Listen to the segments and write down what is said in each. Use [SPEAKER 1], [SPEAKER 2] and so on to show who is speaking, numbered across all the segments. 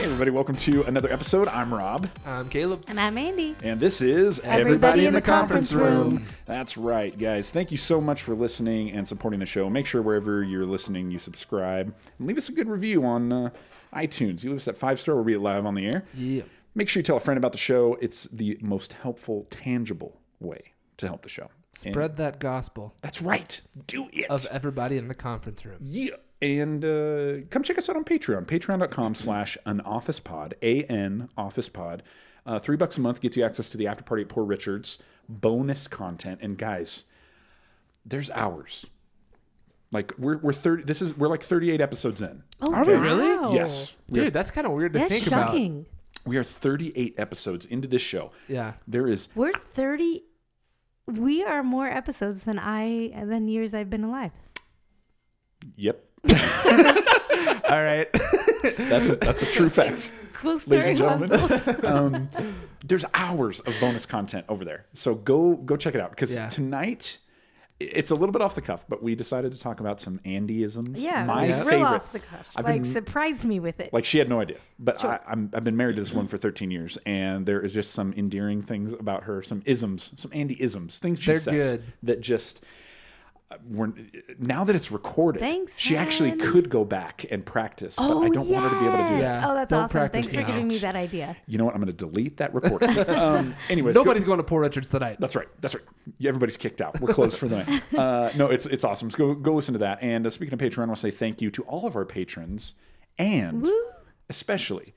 [SPEAKER 1] everybody. Welcome to another episode. I'm Rob,
[SPEAKER 2] I'm Caleb.
[SPEAKER 3] And I'm Andy.
[SPEAKER 1] and this is Everybody,
[SPEAKER 3] in the Conference Room.
[SPEAKER 1] That's right, guys. Thank you so much for listening and supporting the show. Make sure wherever you're listening, you subscribe and leave us a good review on uh, iTunes. You leave us that five star, we'll read it live on the air.
[SPEAKER 2] Yeah.
[SPEAKER 1] Make sure you tell a friend about the show. It's the most helpful, tangible way to help the show. And-
[SPEAKER 2] Spread that gospel
[SPEAKER 1] that's right. Do it.
[SPEAKER 2] of everybody in the conference room.
[SPEAKER 1] Yeah. And uh, come check us out on Patreon, patreon.com slash an office pod, A N office pod. Uh, three bucks a month gets you access to the after party at Poor Richards, bonus content. And guys, there's hours. Like we're we're thirty this is we're like thirty eight episodes in.
[SPEAKER 3] Oh,
[SPEAKER 2] Are we really?
[SPEAKER 3] wow.
[SPEAKER 1] Yes. We are,
[SPEAKER 2] Dude, that's kind of weird to
[SPEAKER 3] That's
[SPEAKER 2] think about.
[SPEAKER 3] shocking.
[SPEAKER 1] we are thirty eight episodes into this show.
[SPEAKER 2] Yeah.
[SPEAKER 1] There is
[SPEAKER 3] We're 30. We are more episodes than I than years I've been alive.
[SPEAKER 1] Yep.
[SPEAKER 2] All right.
[SPEAKER 1] That's a that's a true fact.
[SPEAKER 3] Cool story,
[SPEAKER 1] ladies and
[SPEAKER 3] Lonzo.
[SPEAKER 1] gentlemen. um, there's hours of bonus content over there, so go go check it out. Because
[SPEAKER 2] Yeah.
[SPEAKER 1] tonight, i- it's a little bit off the cuff, but we decided to talk about some Andyisms.
[SPEAKER 3] Yeah,
[SPEAKER 1] my
[SPEAKER 3] real
[SPEAKER 1] favorite.
[SPEAKER 3] off the cuff.
[SPEAKER 1] I've
[SPEAKER 3] like
[SPEAKER 1] been-
[SPEAKER 3] surprised me with it.
[SPEAKER 1] Like she had no idea, but I, I'm, I've been married to this woman for 13 years, and there is just some endearing things about her, some isms, some Andy isms, things she
[SPEAKER 2] They're
[SPEAKER 1] says
[SPEAKER 2] good.
[SPEAKER 1] that just. uh, We're, now that it's recorded,
[SPEAKER 3] Thanks,
[SPEAKER 1] she actually
[SPEAKER 3] Ann.
[SPEAKER 1] could go back and practice, but
[SPEAKER 3] oh,
[SPEAKER 1] I don't want her to be able to do
[SPEAKER 3] yes.
[SPEAKER 1] that.
[SPEAKER 2] Yeah,
[SPEAKER 3] Oh, that's
[SPEAKER 2] don't
[SPEAKER 3] awesome.
[SPEAKER 2] practice
[SPEAKER 3] Thanks for
[SPEAKER 2] it
[SPEAKER 3] giving
[SPEAKER 2] out.
[SPEAKER 3] me that idea.
[SPEAKER 1] You know what? I'm going to delete that recording. um, anyways, go-
[SPEAKER 2] Nobody's going to Poor Richards tonight.
[SPEAKER 1] That's right. That's right. Yeah, Everybody's kicked out. We're closed for the night. Uh, no, it's it's awesome. So go go listen to that. And uh, speaking of Patreon, I want to say thank you to all of our patrons and especially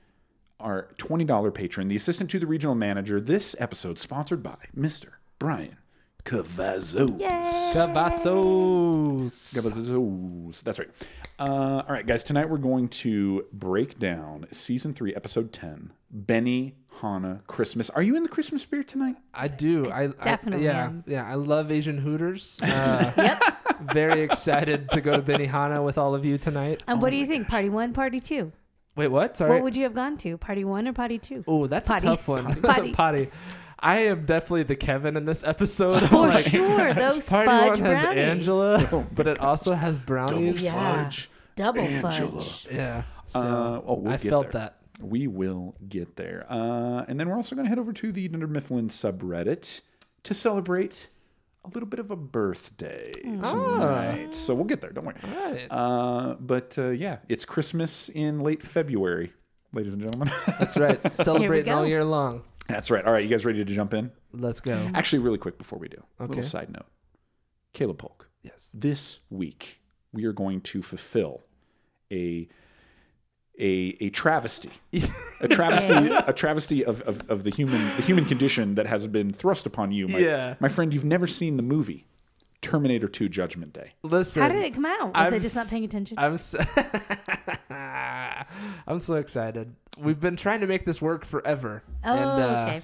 [SPEAKER 1] our twenty dollar patron, the assistant to the regional manager. This episode sponsored by Mister Brian Cavazos. Oh
[SPEAKER 3] Yay.
[SPEAKER 2] Cavazos.
[SPEAKER 1] Cavazos. That's right. Uh, all right, guys. Tonight we're going to break down season three, episode ten. Benny Hana Christmas. Are you in the Christmas spirit tonight?
[SPEAKER 2] I do. I, I
[SPEAKER 3] Definitely
[SPEAKER 2] Yeah.
[SPEAKER 3] am.
[SPEAKER 2] Yeah. I love Asian Hooters. Uh, yep. Very excited to go to Benihana with all of you tonight.
[SPEAKER 3] And what do you think? Party one, party two.
[SPEAKER 2] Wait, what? Sorry.
[SPEAKER 3] What would you have gone to? Party one or party two?
[SPEAKER 2] Oh, that's
[SPEAKER 3] Potty.
[SPEAKER 2] a tough one.
[SPEAKER 3] Potty.
[SPEAKER 2] I am definitely the Kevin in this episode.
[SPEAKER 3] For
[SPEAKER 2] Like,
[SPEAKER 3] sure, those
[SPEAKER 2] Party
[SPEAKER 3] Oh,
[SPEAKER 2] one
[SPEAKER 3] fudge
[SPEAKER 2] has
[SPEAKER 3] brownies.
[SPEAKER 2] Angela, but it also has
[SPEAKER 1] Double
[SPEAKER 2] brownies.
[SPEAKER 3] Yeah.
[SPEAKER 1] fudge.
[SPEAKER 3] Double
[SPEAKER 1] Angela.
[SPEAKER 3] fudge.
[SPEAKER 2] Yeah. So
[SPEAKER 1] Uh, oh, we'll
[SPEAKER 2] I
[SPEAKER 1] get
[SPEAKER 2] felt
[SPEAKER 1] there.
[SPEAKER 2] that.
[SPEAKER 1] We will get there. Uh, and then we're also going to head over to the Dunder Mifflin subreddit to celebrate a little bit of a birthday tonight. So we'll get there. Don't worry.
[SPEAKER 2] right.
[SPEAKER 1] Uh, but uh, yeah, it's Christmas in late February, ladies and gentlemen.
[SPEAKER 2] That's right. Celebrating all
[SPEAKER 3] go.
[SPEAKER 2] year long.
[SPEAKER 1] That's right. All right, you guys ready to jump in?
[SPEAKER 2] Let's go.
[SPEAKER 1] Actually, really quick before we do, a
[SPEAKER 2] Okay.
[SPEAKER 1] little side note. Caleb Polk,
[SPEAKER 2] Yes.
[SPEAKER 1] this week we are going to fulfill a a a travesty. a travesty a travesty of, of, of the human the human condition that has been thrust upon you my,
[SPEAKER 2] Yeah.
[SPEAKER 1] my friend you've never seen the movie terminator 2 judgment day
[SPEAKER 2] Listen.
[SPEAKER 3] How did it come out? Was
[SPEAKER 2] I'm
[SPEAKER 3] I just not
[SPEAKER 2] s-
[SPEAKER 3] paying attention?
[SPEAKER 2] I'm so, I'm so excited. We've been trying to make this work forever.
[SPEAKER 3] oh,
[SPEAKER 2] and, uh,
[SPEAKER 3] okay.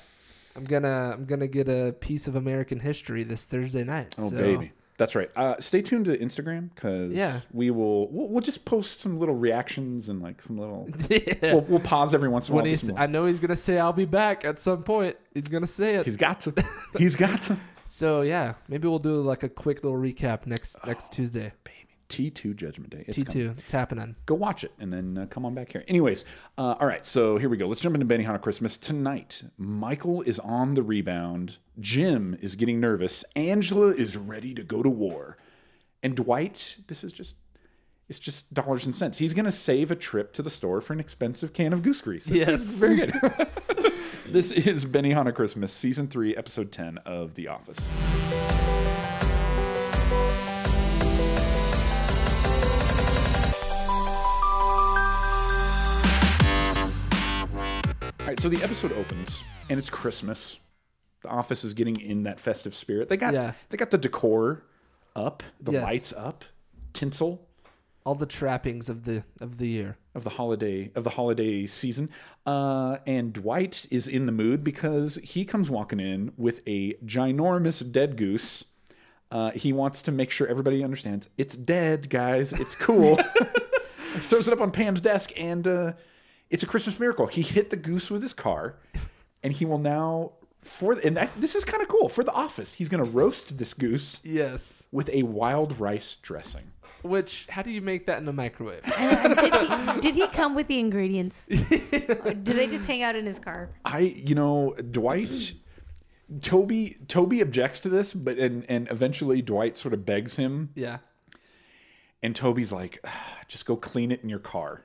[SPEAKER 2] I'm gonna I'm gonna get a piece of American history this Thursday night.
[SPEAKER 1] oh
[SPEAKER 2] so-
[SPEAKER 1] baby that's right uh, stay tuned to instagram because
[SPEAKER 2] Yeah.
[SPEAKER 1] we will we'll, we'll just post some little reactions and like some little
[SPEAKER 2] Yeah.
[SPEAKER 1] we'll, we'll pause every once in a
[SPEAKER 2] when
[SPEAKER 1] while just
[SPEAKER 2] he's,
[SPEAKER 1] a
[SPEAKER 2] I
[SPEAKER 1] moment.
[SPEAKER 2] know he's gonna say I'll be back at some point. He's gonna say it.
[SPEAKER 1] he's got to he's got to
[SPEAKER 2] So yeah, maybe we'll do like a quick little recap next next Tuesday.
[SPEAKER 1] baby t2 judgment day it's
[SPEAKER 2] T
[SPEAKER 1] coming.
[SPEAKER 2] two, it's happening.
[SPEAKER 1] go watch it and then uh, come on back here. Anyways, uh, all right, so here we go. Let's jump into Benihana Christmas tonight. Michael is on the rebound. Jim is getting nervous. Angela is ready to go to war. And Dwight, this is just it's just dollars and cents. He's going to save a trip to the store for an expensive can of goose grease. It's- it's
[SPEAKER 2] Yes.
[SPEAKER 1] very good. this is Benihana Christmas, season 3, episode 10 of The Office. All right, so the episode opens and it's Christmas. The office is getting in that festive spirit. They got
[SPEAKER 2] Yeah.
[SPEAKER 1] they got the decor up, the
[SPEAKER 2] Yes.
[SPEAKER 1] lights up, tinsel
[SPEAKER 2] All the trappings of the of the year.
[SPEAKER 1] of the holiday of the holiday season. Uh, and Dwight is in the mood because he comes walking in with a ginormous dead goose. Uh, he wants to make sure everybody understands it's dead, guys. It's cool. Throws it up on Pam's desk, and uh, it's a Christmas miracle. He hit the goose with his car, and he will now for and that, this is kind of cool for the office. He's going to roast this goose
[SPEAKER 2] Yes.
[SPEAKER 1] with a wild rice dressing.
[SPEAKER 2] Which, how do you make that in the microwave?
[SPEAKER 3] And, uh, did, he, did he come with the ingredients? or do they just hang out in his car?
[SPEAKER 1] I you know Dwight Toby Toby objects to this but and and eventually Dwight sort of begs him
[SPEAKER 2] Yeah.
[SPEAKER 1] and Toby's like "Ah, just go clean it in your car.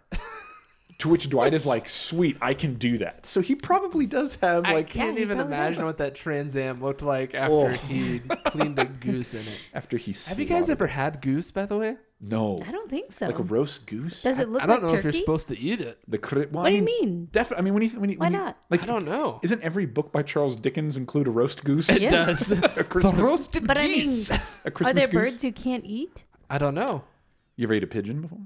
[SPEAKER 1] to which Dwight is like sweet I can do that. So he probably does have
[SPEAKER 2] I
[SPEAKER 1] like
[SPEAKER 2] can't
[SPEAKER 3] Yeah,
[SPEAKER 2] even
[SPEAKER 3] you probably
[SPEAKER 2] imagine what that Trans Am looked like after
[SPEAKER 1] Oh.
[SPEAKER 2] he cleaned a goose in it.
[SPEAKER 1] after he
[SPEAKER 2] Have you guys
[SPEAKER 1] slaughtered-
[SPEAKER 2] ever had goose, by the way?
[SPEAKER 1] No.
[SPEAKER 3] I don't think so.
[SPEAKER 1] Like a roast goose?
[SPEAKER 3] Does it look
[SPEAKER 2] I don't
[SPEAKER 3] like
[SPEAKER 2] know
[SPEAKER 3] turkey?
[SPEAKER 2] if you're supposed to eat it.
[SPEAKER 1] the cri- well,
[SPEAKER 3] What
[SPEAKER 1] I
[SPEAKER 3] do you
[SPEAKER 1] mean,
[SPEAKER 3] mean?
[SPEAKER 1] Definitely. I mean, when you when you
[SPEAKER 3] Why
[SPEAKER 1] when you-
[SPEAKER 3] not?
[SPEAKER 1] like,
[SPEAKER 2] I don't know.
[SPEAKER 1] Isn't every book by Charles Dickens include a roast goose?
[SPEAKER 3] Yeah.
[SPEAKER 2] does.
[SPEAKER 1] a
[SPEAKER 2] The
[SPEAKER 1] Christmas,
[SPEAKER 2] roasted
[SPEAKER 3] But I mean,
[SPEAKER 2] geese.
[SPEAKER 1] a
[SPEAKER 3] Are
[SPEAKER 1] Christmas
[SPEAKER 3] there
[SPEAKER 1] goose.
[SPEAKER 3] birds you can't eat?
[SPEAKER 2] I don't know.
[SPEAKER 1] You ever ate a pigeon before?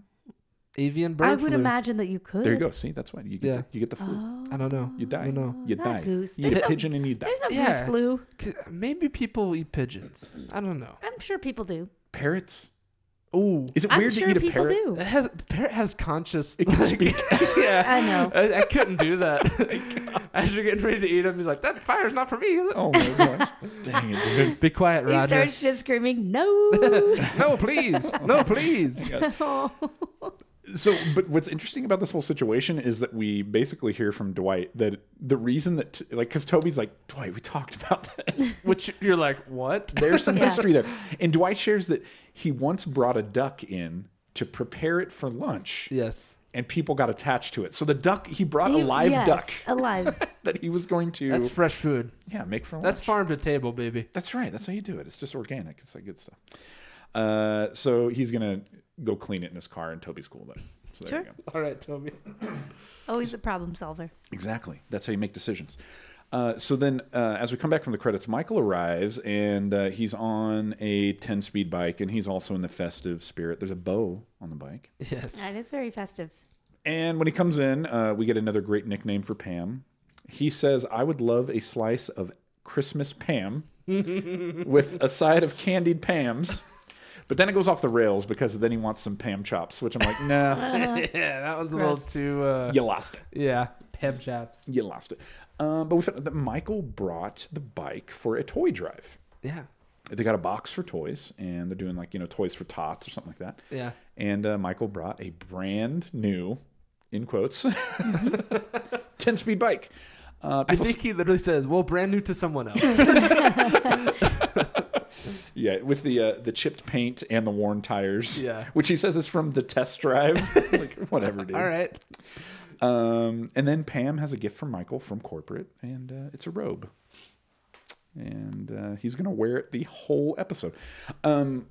[SPEAKER 2] Avian bird
[SPEAKER 3] I would
[SPEAKER 2] flu.
[SPEAKER 3] imagine that you could.
[SPEAKER 1] There you go. See, that's why you get
[SPEAKER 2] Yeah.
[SPEAKER 1] the, you get the flu.
[SPEAKER 3] Oh,
[SPEAKER 2] I don't know.
[SPEAKER 1] You die.
[SPEAKER 2] I know.
[SPEAKER 1] You
[SPEAKER 3] Not
[SPEAKER 1] die.
[SPEAKER 3] Oh, goose.
[SPEAKER 1] You eat
[SPEAKER 3] There's
[SPEAKER 1] a
[SPEAKER 3] no-
[SPEAKER 1] pigeon and you die.
[SPEAKER 3] There's no goose
[SPEAKER 2] Yeah.
[SPEAKER 3] flu.
[SPEAKER 2] 'Cause Maybe people eat pigeons. I don't know.
[SPEAKER 3] I'm sure people do.
[SPEAKER 1] Parrots.
[SPEAKER 2] Ooh.
[SPEAKER 1] Is it
[SPEAKER 3] I'm
[SPEAKER 1] weird
[SPEAKER 3] sure
[SPEAKER 1] to eat a
[SPEAKER 3] people
[SPEAKER 1] parrot?
[SPEAKER 3] do.
[SPEAKER 2] It has the parrot has conscious.
[SPEAKER 1] It can speak.
[SPEAKER 2] yeah,
[SPEAKER 3] I know.
[SPEAKER 2] I, Oh I couldn't do that. As you're getting ready to eat him, he's like, "That fire's not for me." Is it?
[SPEAKER 1] Oh my gosh. Dang it, dude.
[SPEAKER 2] Be quiet,
[SPEAKER 3] He
[SPEAKER 2] Roger.
[SPEAKER 3] starts just screaming, no.
[SPEAKER 2] No, please. No, please.
[SPEAKER 1] So, but what's interesting about this whole situation is that we basically hear from Dwight that the reason that, like, because Toby's like, Dwight, we talked about this.
[SPEAKER 2] Which you're like, what?
[SPEAKER 1] There's some
[SPEAKER 3] Yeah.
[SPEAKER 1] history there. And Dwight shares that he once brought a duck in to prepare it for lunch
[SPEAKER 2] Yes,
[SPEAKER 1] and people got attached to it. So the duck, he brought
[SPEAKER 3] He-
[SPEAKER 1] a live
[SPEAKER 3] yes,
[SPEAKER 1] duck
[SPEAKER 3] Alive.
[SPEAKER 1] that he was going to,
[SPEAKER 2] that's fresh food.
[SPEAKER 1] yeah, make for lunch.
[SPEAKER 2] That's farm to table, baby.
[SPEAKER 1] That's right. That's how you do it. It's just organic. It's like good stuff. Uh, so he's gonna go clean it in his car, and Toby's cool with it. So there you
[SPEAKER 3] Sure.
[SPEAKER 1] go.
[SPEAKER 2] All right, Toby.
[SPEAKER 3] Always a problem solver.
[SPEAKER 1] Exactly. That's how you make decisions. Uh, so then, uh, as we come back from the credits, Michael arrives and uh, he's on a 10 speed bike and he's also in the festive spirit. There's a bow on the bike.
[SPEAKER 2] Yes.
[SPEAKER 3] That is very festive.
[SPEAKER 1] And when he comes in, uh, we get another great nickname for Pam. He says, I would love a slice of Christmas Pam with a side of candied Pams. But then it goes off the rails because then he wants some Pam chops, which I'm like, nah,
[SPEAKER 2] yeah, that one's a little too. Uh,
[SPEAKER 1] you lost it.
[SPEAKER 2] Yeah, pep chaps.
[SPEAKER 1] You lost it. Um, but we found out that Michael brought the bike for a toy drive.
[SPEAKER 2] Yeah,
[SPEAKER 1] They got a box for toys and they're doing like, you know, toys for tots or something like that.
[SPEAKER 2] yeah.
[SPEAKER 1] And uh, Michael brought a brand new, in quotes, 10 speed bike. Uh,
[SPEAKER 2] I
[SPEAKER 1] people-
[SPEAKER 2] think he literally says, "Well, brand new to someone else."
[SPEAKER 1] Yeah, with the uh, the chipped paint and the worn tires.
[SPEAKER 2] Yeah.
[SPEAKER 1] which he says is from the test drive. like whatever, dude.
[SPEAKER 2] All right.
[SPEAKER 1] Um, and then Pam has a gift from Michael from corporate, and uh, it's a robe, and uh, he's gonna wear it the whole episode. Um,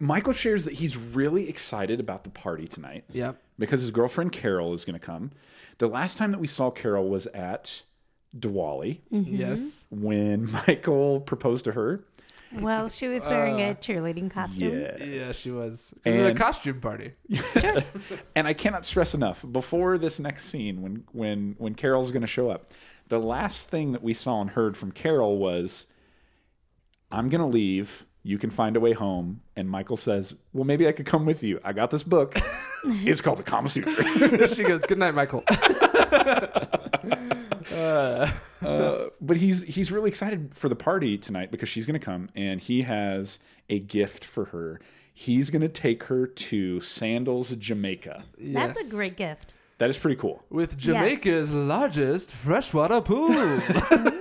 [SPEAKER 1] Michael shares that he's really excited about the party tonight.
[SPEAKER 2] Yep.
[SPEAKER 1] Because his girlfriend Carol is going to come. The last time that we saw Carol was at Diwali
[SPEAKER 2] Yes.
[SPEAKER 1] when Michael proposed to her.
[SPEAKER 3] Well, she was wearing a cheerleading costume.
[SPEAKER 1] Yes.
[SPEAKER 2] Uh, Yeah, she was. It was a
[SPEAKER 1] And-
[SPEAKER 2] costume party.
[SPEAKER 1] And I cannot stress enough before this next scene when when when Carol's going to show up. The last thing that we saw and heard from Carol was I'm going to leave, you can find a way home, and Michael says, "Well, maybe I could come with you. I got this book. it's called the Kama Sutra."
[SPEAKER 2] she goes, "Good night, Michael."
[SPEAKER 1] Uh, but he's he's really excited for the party tonight because she's going to come and he has a gift for her. He's going to take her to Sandals Jamaica.
[SPEAKER 3] That's
[SPEAKER 2] Yes.
[SPEAKER 3] a great gift.
[SPEAKER 1] That is pretty cool.
[SPEAKER 2] With Jamaica's largest freshwater pool.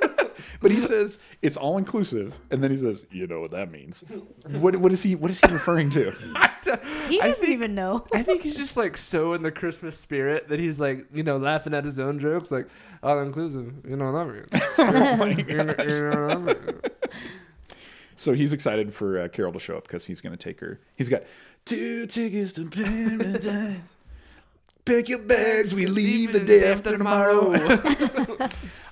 [SPEAKER 1] But he says it's all inclusive, and then he says, "You know what that means? What what is he what is he referring to?
[SPEAKER 2] I d-
[SPEAKER 3] He
[SPEAKER 2] I
[SPEAKER 3] doesn't
[SPEAKER 2] think-
[SPEAKER 3] even know.
[SPEAKER 2] I think he's just like so in the Christmas spirit that he's like, you know, laughing at his own jokes, like all inclusive. You know what I mean? You know- you know what I mean?
[SPEAKER 1] so he's excited for uh, Carol to show up because he's going to take her. He's got two tickets to paradise. Pick your bags, we leave the day after tomorrow.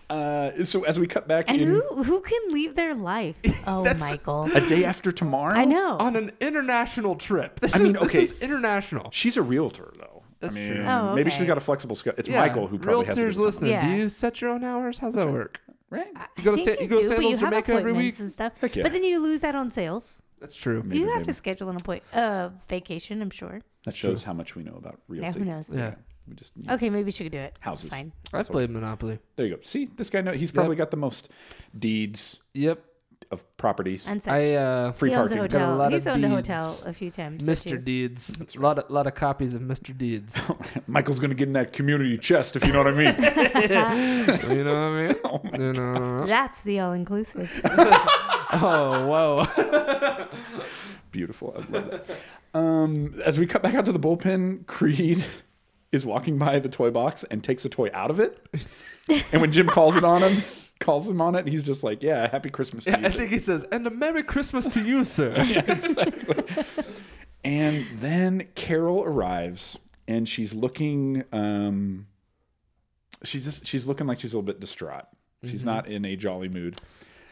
[SPEAKER 1] Uh, so as we cut back
[SPEAKER 3] And
[SPEAKER 1] in
[SPEAKER 3] who who can leave their life? Oh,
[SPEAKER 2] That's-
[SPEAKER 3] Michael.
[SPEAKER 1] a day after tomorrow,
[SPEAKER 3] I know.
[SPEAKER 2] On an international trip. This
[SPEAKER 1] I mean,
[SPEAKER 2] is, this
[SPEAKER 1] okay.
[SPEAKER 2] is international.
[SPEAKER 1] she's a realtor though.
[SPEAKER 2] That's
[SPEAKER 1] I mean,
[SPEAKER 2] true.
[SPEAKER 3] Oh,
[SPEAKER 1] maybe
[SPEAKER 3] okay.
[SPEAKER 1] she's got a flexible schedule. It's
[SPEAKER 2] Yeah.
[SPEAKER 1] Michael who probably has a
[SPEAKER 2] Realtors
[SPEAKER 1] good time.
[SPEAKER 2] listening. Do
[SPEAKER 3] Yeah.
[SPEAKER 2] you set your own hours? How's that work?
[SPEAKER 1] right?
[SPEAKER 2] You go to Sa-
[SPEAKER 3] I think
[SPEAKER 2] you go to
[SPEAKER 3] do, but
[SPEAKER 2] Sandals,
[SPEAKER 3] you have
[SPEAKER 2] Jamaica every
[SPEAKER 3] appointments
[SPEAKER 2] week?
[SPEAKER 3] And stuff.
[SPEAKER 1] Heck yeah.
[SPEAKER 3] But then you lose out on sales.
[SPEAKER 2] That's true.
[SPEAKER 1] Maybe
[SPEAKER 3] you have
[SPEAKER 1] they-
[SPEAKER 3] to schedule an appoint uh, vacation, I'm sure.
[SPEAKER 1] That shows how much we know about
[SPEAKER 3] Yeah,
[SPEAKER 1] realty.
[SPEAKER 3] who knows?
[SPEAKER 2] Yeah.
[SPEAKER 1] We just
[SPEAKER 3] Okay, maybe she could do it.
[SPEAKER 1] Houses.
[SPEAKER 3] Fine.
[SPEAKER 2] I've played Monopoly.
[SPEAKER 1] There you go. See, this guy know he's probably got the most deeds
[SPEAKER 2] Yep.
[SPEAKER 1] of properties.
[SPEAKER 3] and such.
[SPEAKER 2] I uh,
[SPEAKER 1] Free
[SPEAKER 3] he
[SPEAKER 1] parking.
[SPEAKER 3] owns a
[SPEAKER 2] Got a
[SPEAKER 3] hotel.
[SPEAKER 2] lot
[SPEAKER 3] He's
[SPEAKER 2] of
[SPEAKER 3] owned a hotel
[SPEAKER 2] deeds.
[SPEAKER 3] a few times. so
[SPEAKER 2] Mr.
[SPEAKER 3] too.
[SPEAKER 2] Deeds. A lot of, lot of copies of Mr. Deeds.
[SPEAKER 1] Michael's gonna get in that community chest if you know what I mean.
[SPEAKER 2] Oh, you know what I mean? you know what I mean?
[SPEAKER 3] That's the all inclusive.
[SPEAKER 2] Oh, whoa.
[SPEAKER 1] Beautiful. I love that. Um, as we cut back out to the bullpen, Creed is walking by the toy box and takes a toy out of it. And when Jim calls it on him, calls him on it, he's just like, "Yeah, happy Christmas to you."
[SPEAKER 2] I think he says, and a Merry Christmas to you, sir.
[SPEAKER 1] And then Carol arrives, and she's looking. Um, she's just she's looking like she's a little bit distraught. She's not in a jolly mood.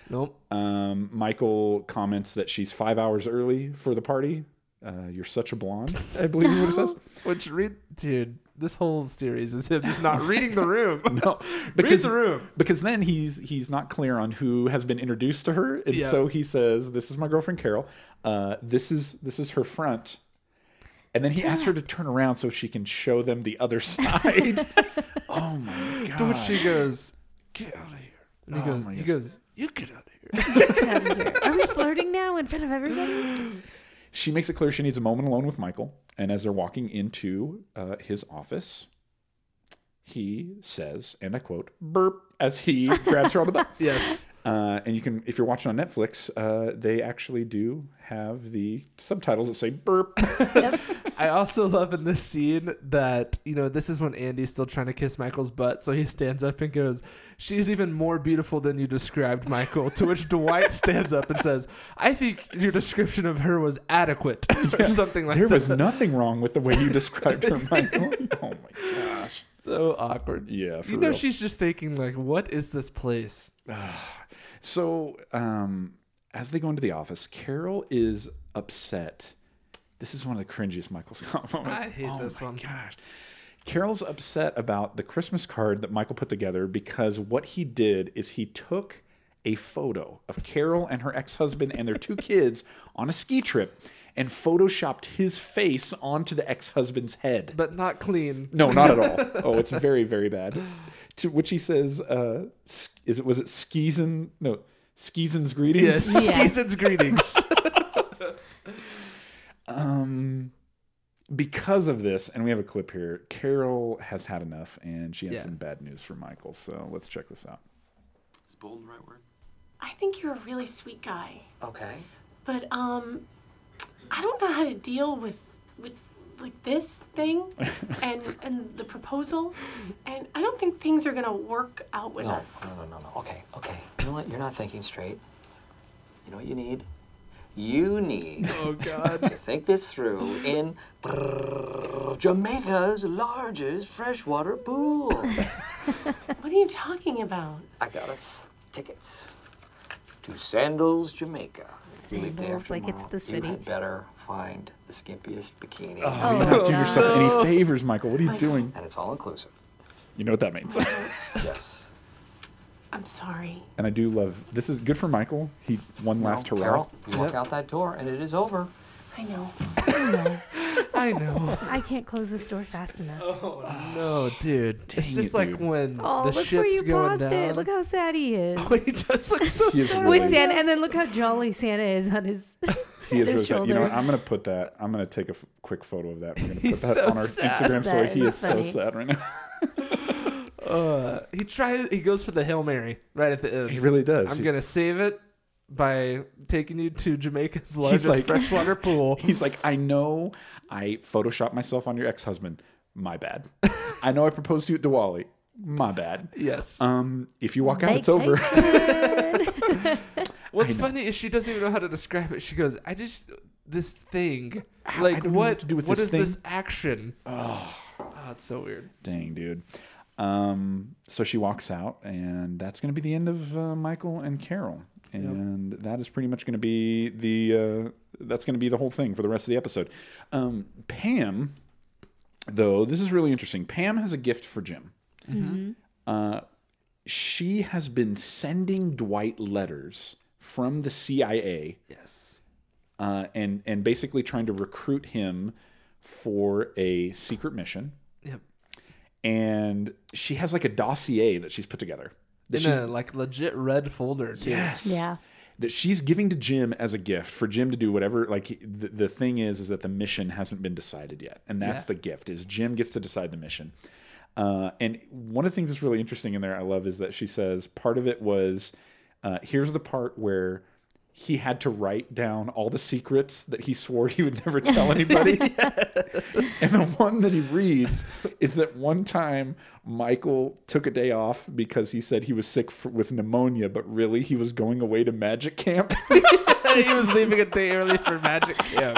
[SPEAKER 2] nope.
[SPEAKER 1] Um, Michael comments that she's five hours early for the party. Uh, you're such a blonde, I believe is what it says.
[SPEAKER 2] Which read, dude, this whole series is him just not reading the room.
[SPEAKER 1] No,
[SPEAKER 2] read
[SPEAKER 1] because
[SPEAKER 2] the room.
[SPEAKER 1] because then he's he's not clear on who has been introduced to her, and
[SPEAKER 2] Yeah.
[SPEAKER 1] so he says, "This is my girlfriend Carol. Uh, this is this is her front." And then he asks her to turn around so she can show them the other side. oh my god!
[SPEAKER 2] To which she goes, get out of here. And he
[SPEAKER 1] Oh
[SPEAKER 2] goes,
[SPEAKER 1] my
[SPEAKER 2] he
[SPEAKER 1] God.
[SPEAKER 2] goes, you get out of here.
[SPEAKER 3] Are we flirting now in front of everybody?
[SPEAKER 1] She makes it clear she needs a moment alone with Michael, and as they're walking into uh, his office, he says, and I quote, "Burp." As he grabs her on the butt.
[SPEAKER 2] yes.
[SPEAKER 1] Uh, and you can, if you're watching on Netflix, uh, they actually do have the subtitles that say burp.
[SPEAKER 2] I also love in this scene that, you know, this is when Andy's still trying to kiss Michael's butt. So he stands up and goes, She's even more beautiful than you described, Michael. to which Dwight stands up and says, I think your description of her was adequate. or something like
[SPEAKER 1] There
[SPEAKER 2] that.
[SPEAKER 1] was nothing wrong with the way you described her, Michael. Oh my gosh.
[SPEAKER 2] so awkward.
[SPEAKER 1] Yeah, for
[SPEAKER 2] you know,
[SPEAKER 1] real.
[SPEAKER 2] she's just thinking, like, what is this place?
[SPEAKER 1] So, um, as they go into the office, Carol is upset. This is one of the cringiest Michael's comments.
[SPEAKER 2] I hate
[SPEAKER 1] oh
[SPEAKER 2] this
[SPEAKER 1] my
[SPEAKER 2] one.
[SPEAKER 1] Gosh. Carol's upset about the Christmas card that Michael put together because what he did is he took a photo of Carol and her ex-husband and their two kids on a ski trip and photoshopped his face onto the ex-husband's head.
[SPEAKER 2] But not clean.
[SPEAKER 1] No, not at all. Oh, it's very, very bad. To which he says, uh, s- "Is it was it Skeezin? No, Skeezin's greetings."
[SPEAKER 2] Yes.
[SPEAKER 3] Yeah.
[SPEAKER 2] Skeezin's greetings.
[SPEAKER 1] Um, because of this, and we have a clip here. Carol has had enough, and she has
[SPEAKER 2] Yeah.
[SPEAKER 1] some bad news for Michael. So let's check this out.
[SPEAKER 4] Is bold the right word?
[SPEAKER 5] I think you're a really sweet guy,
[SPEAKER 4] Okay.
[SPEAKER 5] but um, I don't know how to deal with with like this thing and and the proposal, and I don't think things are gonna work out with
[SPEAKER 4] No,
[SPEAKER 5] us.
[SPEAKER 4] no, no, no, no. Okay, okay. You know what? You're not thinking straight. You know what you need? You need
[SPEAKER 2] oh, God.
[SPEAKER 4] to think this through in Jamaica's largest freshwater pool.
[SPEAKER 5] What are you talking about?
[SPEAKER 4] I got us tickets to Sandals, Jamaica. You leave day
[SPEAKER 3] Sandals,
[SPEAKER 4] after
[SPEAKER 3] like it's the
[SPEAKER 4] You
[SPEAKER 3] city.
[SPEAKER 4] had better find the skimpiest bikini.
[SPEAKER 2] Uh-huh.
[SPEAKER 1] Oh, you're not doing yourself any favors, Michael. What are you doing?
[SPEAKER 4] And it's all inclusive.
[SPEAKER 1] You know what that means.
[SPEAKER 4] Yes.
[SPEAKER 5] I'm sorry.
[SPEAKER 1] and I do love this. Is good for Michael. He one last
[SPEAKER 4] No,
[SPEAKER 1] hurrah.
[SPEAKER 4] Carol, you walk out that door and it is over.
[SPEAKER 5] I know.
[SPEAKER 2] I know.
[SPEAKER 3] I can't close this door fast enough. Oh,
[SPEAKER 2] No, dude. it's just
[SPEAKER 1] it,
[SPEAKER 2] like
[SPEAKER 1] dude.
[SPEAKER 2] when the
[SPEAKER 3] look where
[SPEAKER 2] ship's
[SPEAKER 3] you
[SPEAKER 2] going
[SPEAKER 3] paused
[SPEAKER 2] down. Oh,
[SPEAKER 3] it. Look how sad he is.
[SPEAKER 2] he does look so
[SPEAKER 1] He is
[SPEAKER 2] sad.
[SPEAKER 1] really-
[SPEAKER 3] With Santa, and then look how jolly Santa is on his.
[SPEAKER 1] He is
[SPEAKER 3] his
[SPEAKER 1] really sad. You know, what?
[SPEAKER 3] shoulder.
[SPEAKER 1] I'm gonna put that. I'm gonna take a f- quick photo of that. We're gonna put that
[SPEAKER 2] He's so
[SPEAKER 1] on our
[SPEAKER 2] sad.
[SPEAKER 1] Instagram story.
[SPEAKER 3] That
[SPEAKER 1] He is
[SPEAKER 3] is
[SPEAKER 1] so
[SPEAKER 3] funny.
[SPEAKER 1] sad right now.
[SPEAKER 2] Uh, he tries. He goes for the hail mary right at the end.
[SPEAKER 1] He really does.
[SPEAKER 2] I'm
[SPEAKER 1] He-
[SPEAKER 2] gonna save it by taking you to Jamaica's largest
[SPEAKER 1] like-
[SPEAKER 2] freshwater pool.
[SPEAKER 1] He's like, I know I photoshopped myself on your ex husband. My bad. I know I proposed to you at Diwali. My bad.
[SPEAKER 2] Yes.
[SPEAKER 1] Um, if you walk out, it's over.
[SPEAKER 2] What's funny is she doesn't even know how to describe it. She goes, "I just this thing.
[SPEAKER 1] I
[SPEAKER 2] Like
[SPEAKER 1] don't know
[SPEAKER 2] what?
[SPEAKER 1] what to do with
[SPEAKER 2] what
[SPEAKER 1] this
[SPEAKER 2] is this action? Oh. it's so weird.
[SPEAKER 1] Dang, dude. Um, so she walks out, and that's going to be the end of uh, Michael and Carol. And that is pretty much going to be the uh, that's going to be the whole thing for the rest of the episode. Um, Pam, though, this is really interesting. Pam has a gift for Jim. Uh, she has been sending Dwight letters from the CIA
[SPEAKER 2] Yes.
[SPEAKER 1] uh, and and basically trying to recruit him for a secret mission
[SPEAKER 2] Yep.
[SPEAKER 1] and she has like a dossier that she's put together. That
[SPEAKER 2] In
[SPEAKER 1] she's,
[SPEAKER 2] a like legit red folder. Too.
[SPEAKER 1] yes.
[SPEAKER 3] Yeah.
[SPEAKER 1] that she's giving to Jim as a gift for Jim to do whatever. Like he- the, the thing is, is that the mission hasn't been decided yet, and that's
[SPEAKER 2] Yeah.
[SPEAKER 1] the gift is Jim gets to decide the mission. Uh, and one of the things that's really interesting in there, I love, is that she says part of it was uh, here's the part where he had to write down all the secrets that he swore he would never tell anybody. And the one that he reads is that one time Michael took a day off because he said he was sick f with pneumonia, but really he was going away to magic camp.
[SPEAKER 2] he was leaving a day early for Magic Camp,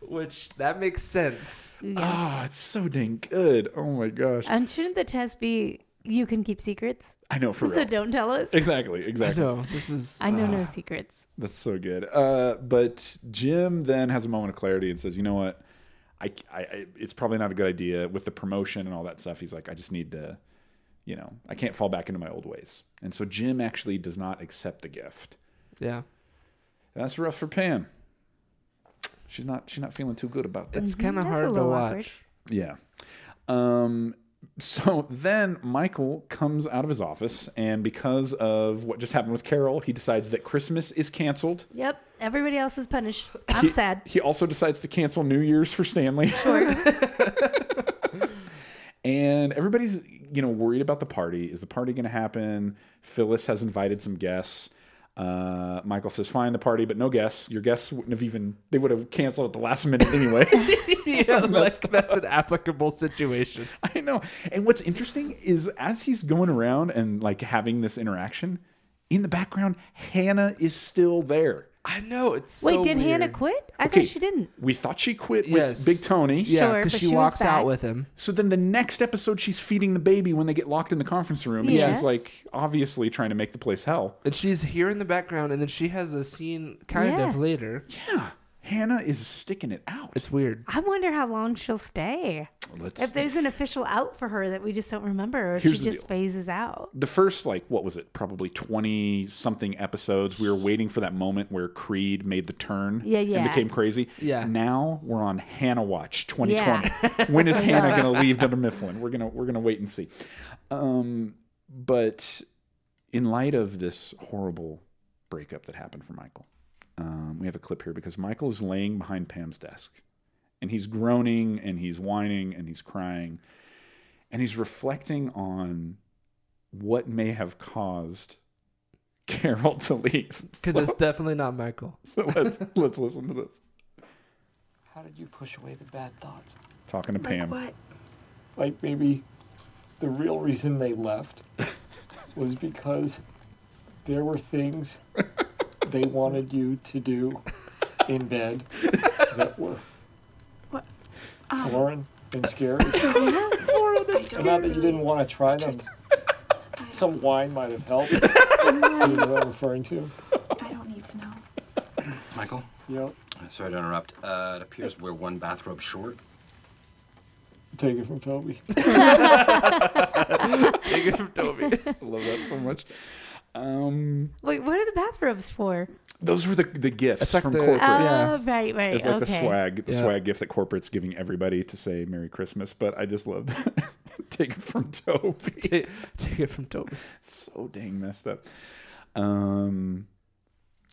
[SPEAKER 2] which that makes sense.
[SPEAKER 1] Ah, it's so dang good. Oh my gosh.
[SPEAKER 3] And shouldn't the test be you can keep secrets,
[SPEAKER 1] I know for
[SPEAKER 3] so
[SPEAKER 1] real.
[SPEAKER 3] don't tell us?
[SPEAKER 1] Exactly, exactly.
[SPEAKER 2] No, this is
[SPEAKER 3] I know no
[SPEAKER 1] Ah.
[SPEAKER 3] secrets.
[SPEAKER 1] That's so good. Uh, but Jim then has a moment of clarity and says, "You know what? I, I, I- it's probably not a good idea with the promotion and all that stuff." He's like, "I just need to, you know, I can't fall back into my old ways." And so Jim actually does not accept the gift.
[SPEAKER 2] yeah.
[SPEAKER 1] That's rough for Pam. She's not she's not feeling too good about that.
[SPEAKER 2] It's kind of
[SPEAKER 3] That's a
[SPEAKER 2] hard to
[SPEAKER 3] little
[SPEAKER 2] watch.
[SPEAKER 3] awkward.
[SPEAKER 1] Yeah. Um so then Michael comes out of his office and because of what just happened with Carol, he decides that Christmas is canceled.
[SPEAKER 3] Yep. Everybody else is punished. I'm
[SPEAKER 1] He-
[SPEAKER 3] sad.
[SPEAKER 1] He also decides to cancel New Year's for Stanley. Sure. and everybody's, you know, worried about the party. Is the party going to happen? Phyllis has invited some guests. Uh, Michael says, "Fine, the party, but no guests. Your guests wouldn't have even they would have canceled at the last minute anyway."
[SPEAKER 2] yeah, like that's an applicable situation.
[SPEAKER 1] I know. And what's interesting is as he's going around and like having this interaction, in the background, Hannah is still there.
[SPEAKER 2] I know it's.
[SPEAKER 3] Wait,
[SPEAKER 2] so
[SPEAKER 3] did
[SPEAKER 2] weird.
[SPEAKER 3] Hannah quit? I thought she didn't.
[SPEAKER 1] We thought she quit with
[SPEAKER 2] Yes.
[SPEAKER 1] Big Tony.
[SPEAKER 2] Yeah,
[SPEAKER 3] Sure,
[SPEAKER 2] because
[SPEAKER 3] but
[SPEAKER 2] she,
[SPEAKER 3] she was
[SPEAKER 2] walks out
[SPEAKER 3] back.
[SPEAKER 2] with him.
[SPEAKER 1] So then the next episode, she's feeding the baby when they get locked in the conference room. And
[SPEAKER 2] Yes.
[SPEAKER 1] she's like, obviously trying to make the place hell.
[SPEAKER 2] And she's here in the background, and then she has a scene kind
[SPEAKER 3] Yeah.
[SPEAKER 2] of later.
[SPEAKER 1] Yeah. Hannah is sticking it out.
[SPEAKER 2] It's weird.
[SPEAKER 3] I wonder how long she'll stay.
[SPEAKER 1] Let's-
[SPEAKER 3] If there's an official out for her that we just don't remember, or if
[SPEAKER 1] Here's
[SPEAKER 3] she
[SPEAKER 1] the deal.
[SPEAKER 3] just phases out.
[SPEAKER 1] the first, like, what was it? Probably 20 something episodes. We were waiting for that moment where Creed made the turn
[SPEAKER 3] Yeah,
[SPEAKER 1] and
[SPEAKER 3] yeah.
[SPEAKER 1] became crazy.
[SPEAKER 2] Yeah.
[SPEAKER 1] Now we're on Hannah Watch 2020. when is Hannah going to leave Dunder Mifflin? We're going to we're gonna wait and see. Um, but in light of this horrible breakup that happened for Michael, um, we have a clip here because Michael is laying behind Pam's desk and he's groaning and he's whining and he's crying and he's reflecting on what may have caused Carol to leave.
[SPEAKER 2] Because it's definitely not Michael.
[SPEAKER 1] So let's, let's listen to this.
[SPEAKER 4] How did you push away the bad thoughts?
[SPEAKER 1] Talking to Pam.
[SPEAKER 5] What?
[SPEAKER 6] like maybe the real reason they left was because there were things they wanted you to do in bed that were
[SPEAKER 5] What? Uh,
[SPEAKER 6] foreign and scary.
[SPEAKER 5] I
[SPEAKER 6] And not that you didn't want to try them. Some wine might have helped. Do you know what I'm referring to?
[SPEAKER 5] I don't need to know.
[SPEAKER 7] Michael,
[SPEAKER 6] Yep.
[SPEAKER 7] sorry to interrupt. Uh, it appears we're one bathrobe short.
[SPEAKER 6] Take it from Toby.
[SPEAKER 2] Take it from Toby.
[SPEAKER 1] I love that so much. Um,
[SPEAKER 3] Wait, what are the bathrobes for?
[SPEAKER 1] those were the, the gifts
[SPEAKER 2] like
[SPEAKER 1] from
[SPEAKER 2] the-
[SPEAKER 1] corporate.
[SPEAKER 3] Oh,
[SPEAKER 2] Yeah.
[SPEAKER 3] right, right.
[SPEAKER 1] It's like
[SPEAKER 3] okay.
[SPEAKER 1] the swag, the
[SPEAKER 2] Yeah.
[SPEAKER 1] swag gift that corporate's giving everybody to say Merry Christmas. But I just love that. Take it from Toby.
[SPEAKER 2] take, take it from Toby.
[SPEAKER 1] so dang messed up. Um,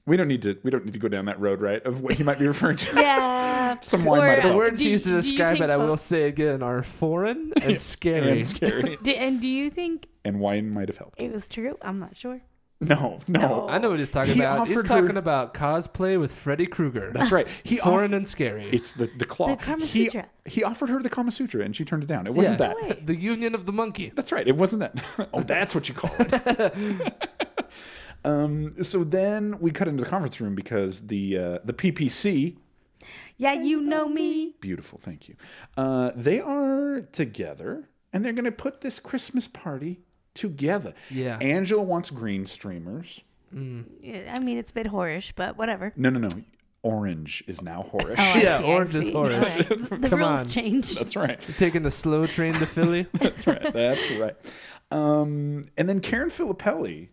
[SPEAKER 1] we don't need to. We don't need to go down that road, right? Of what he might be referring to.
[SPEAKER 3] Yeah.
[SPEAKER 1] Some wine
[SPEAKER 3] Or-
[SPEAKER 1] might have
[SPEAKER 3] The
[SPEAKER 2] The
[SPEAKER 1] helped.
[SPEAKER 2] words
[SPEAKER 3] Do-
[SPEAKER 2] used to
[SPEAKER 3] do you
[SPEAKER 2] describe
[SPEAKER 3] think
[SPEAKER 2] it, I
[SPEAKER 3] both-
[SPEAKER 2] will say again, are foreign and scary.
[SPEAKER 1] and scary.
[SPEAKER 3] Do, and do you think
[SPEAKER 1] and wine might have helped.
[SPEAKER 3] it was true? I'm not sure.
[SPEAKER 1] No, no.
[SPEAKER 3] No.
[SPEAKER 2] I know what he's talking
[SPEAKER 1] He
[SPEAKER 2] about. He's
[SPEAKER 1] offered
[SPEAKER 2] talking
[SPEAKER 1] her-
[SPEAKER 2] about cosplay with Freddy Krueger.
[SPEAKER 1] That's right. He
[SPEAKER 2] foreign
[SPEAKER 1] off-
[SPEAKER 2] and scary.
[SPEAKER 1] it's the the claw.
[SPEAKER 3] The Kama
[SPEAKER 1] he,
[SPEAKER 3] Sutra.
[SPEAKER 1] he offered her the Kama Sutra, and she turned it down. It wasn't
[SPEAKER 2] Yeah.
[SPEAKER 1] that.
[SPEAKER 3] No way.
[SPEAKER 2] the Union of the Monkey.
[SPEAKER 1] That's right. It wasn't that. oh, that's what you call it. um. So then we cut into the conference room because the uh, the PPC.
[SPEAKER 3] Yeah, you know me.
[SPEAKER 1] Beautiful, thank you. Uh, they are together, and they're going to put this Christmas party together.
[SPEAKER 2] Yeah.
[SPEAKER 1] Angela wants green streamers.
[SPEAKER 3] Yeah, I mean, it's a bit whorish, but whatever.
[SPEAKER 1] No, no, no. Orange is now horish.
[SPEAKER 3] I
[SPEAKER 2] Yeah,
[SPEAKER 3] see, I
[SPEAKER 2] orange is
[SPEAKER 3] see.
[SPEAKER 2] orange.
[SPEAKER 3] All right. The
[SPEAKER 2] Come
[SPEAKER 3] rules
[SPEAKER 2] on.
[SPEAKER 3] change.
[SPEAKER 1] That's right.
[SPEAKER 2] Taking the slow train to Philly.
[SPEAKER 1] That's right. That's right. Um, and then Karen Filippelli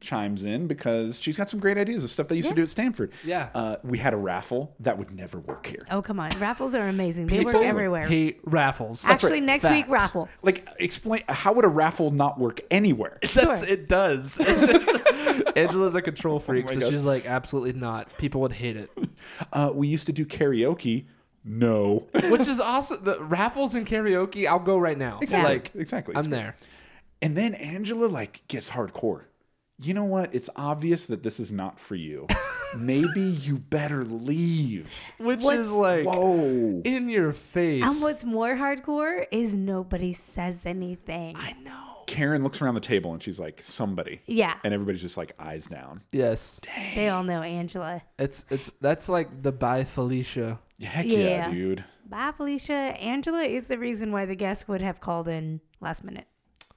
[SPEAKER 1] chimes in because she's got some great ideas of stuff they used to do at Stanford.
[SPEAKER 2] Yeah.
[SPEAKER 1] Uh, we had a raffle that would never work here.
[SPEAKER 3] Oh, come on. Raffles are amazing. They
[SPEAKER 1] People
[SPEAKER 3] work everywhere.
[SPEAKER 2] Hate raffles.
[SPEAKER 3] Actually, next week,
[SPEAKER 2] Fact.
[SPEAKER 3] raffle.
[SPEAKER 1] Like, explain how would a raffle not work anywhere?
[SPEAKER 2] That's
[SPEAKER 3] Sure.
[SPEAKER 2] it. Does It's just- Angela's a control freak,
[SPEAKER 1] Oh my
[SPEAKER 2] so
[SPEAKER 1] God.
[SPEAKER 2] she's like, absolutely not. People would hate it,
[SPEAKER 1] Uh, we used to do karaoke. No.
[SPEAKER 2] which is awesome. The raffles and karaoke. I'll go right now.
[SPEAKER 1] Exactly.
[SPEAKER 2] Like,
[SPEAKER 1] Exactly. It's
[SPEAKER 2] I'm
[SPEAKER 1] great.
[SPEAKER 2] there.
[SPEAKER 1] And then Angela like gets hardcore. You know what? It's obvious that this is not for you. Maybe you better leave.
[SPEAKER 2] Which
[SPEAKER 3] What's-
[SPEAKER 2] is like
[SPEAKER 1] Whoa.
[SPEAKER 2] in your face.
[SPEAKER 3] And what's more hardcore is nobody says anything.
[SPEAKER 2] I know.
[SPEAKER 1] Karen looks around the table and she's like, somebody.
[SPEAKER 3] Yeah.
[SPEAKER 1] And everybody's just like eyes down.
[SPEAKER 2] Yes,
[SPEAKER 3] They all know Angela.
[SPEAKER 2] it's it's that's like the by Felicia.
[SPEAKER 1] Heck yeah,
[SPEAKER 3] Yeah.
[SPEAKER 1] dude.
[SPEAKER 3] Bye, Felicia. Angela is the reason why the guests would have called in last minute.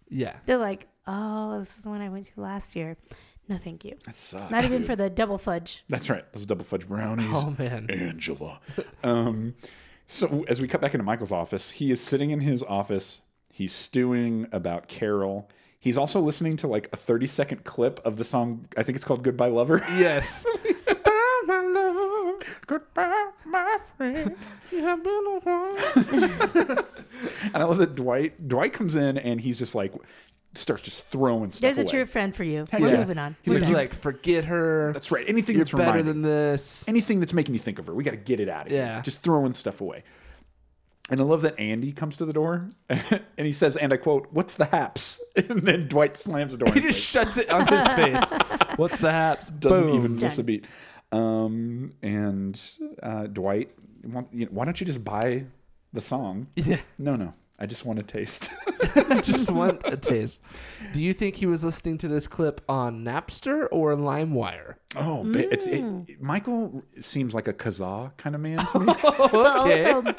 [SPEAKER 2] Yeah,
[SPEAKER 3] They're like, oh, this is the one I went to last year. No, thank you.
[SPEAKER 1] That sucks.
[SPEAKER 3] Not even
[SPEAKER 1] dude.
[SPEAKER 3] for the double fudge.
[SPEAKER 1] That's right. Those double fudge brownies.
[SPEAKER 2] Oh, man.
[SPEAKER 1] Angela. um, so as we cut back into Michael's office, he is sitting in his office. He's stewing about Carol. He's also listening to like a 30 second clip of the song. I think it's called Goodbye Lover.
[SPEAKER 2] yes. Goodbye, my love.
[SPEAKER 1] Goodbye, my friend.
[SPEAKER 2] You have been a while.
[SPEAKER 1] And I love that Dwight Dwight comes in and he's just like starts just throwing stuff.
[SPEAKER 3] There's a
[SPEAKER 1] away.
[SPEAKER 3] true friend for you.
[SPEAKER 1] Heck
[SPEAKER 3] We're
[SPEAKER 1] yeah.
[SPEAKER 3] moving on.
[SPEAKER 1] He's
[SPEAKER 2] He's
[SPEAKER 1] like, "You-
[SPEAKER 2] like, forget her.
[SPEAKER 1] That's right. Anything
[SPEAKER 2] You're
[SPEAKER 1] that's
[SPEAKER 2] better
[SPEAKER 1] reminding
[SPEAKER 2] than this.
[SPEAKER 1] anything that's making you think of her. We got to get it out of here.
[SPEAKER 2] Yeah.
[SPEAKER 1] Just throwing stuff away. And I love that Andy comes to the door and he says, and I quote, What's the haps? And then Dwight slams the door
[SPEAKER 2] He
[SPEAKER 1] and
[SPEAKER 2] just
[SPEAKER 1] just
[SPEAKER 2] shuts it on his face. What's the haps?
[SPEAKER 1] doesn't
[SPEAKER 2] Boom.
[SPEAKER 1] even miss a
[SPEAKER 3] Done.
[SPEAKER 1] beat. Um, and uh, Dwight, want- you know, why don't you just buy the song?
[SPEAKER 2] Yeah.
[SPEAKER 1] No, no. I just want a taste.
[SPEAKER 2] I just want a taste. Do you think he was listening to this clip on Napster or LimeWire?
[SPEAKER 1] oh, ba- it's,
[SPEAKER 3] Mm.
[SPEAKER 1] it, Michael seems like a Kazaa kind of man to me.
[SPEAKER 3] But
[SPEAKER 2] Okay.
[SPEAKER 3] also,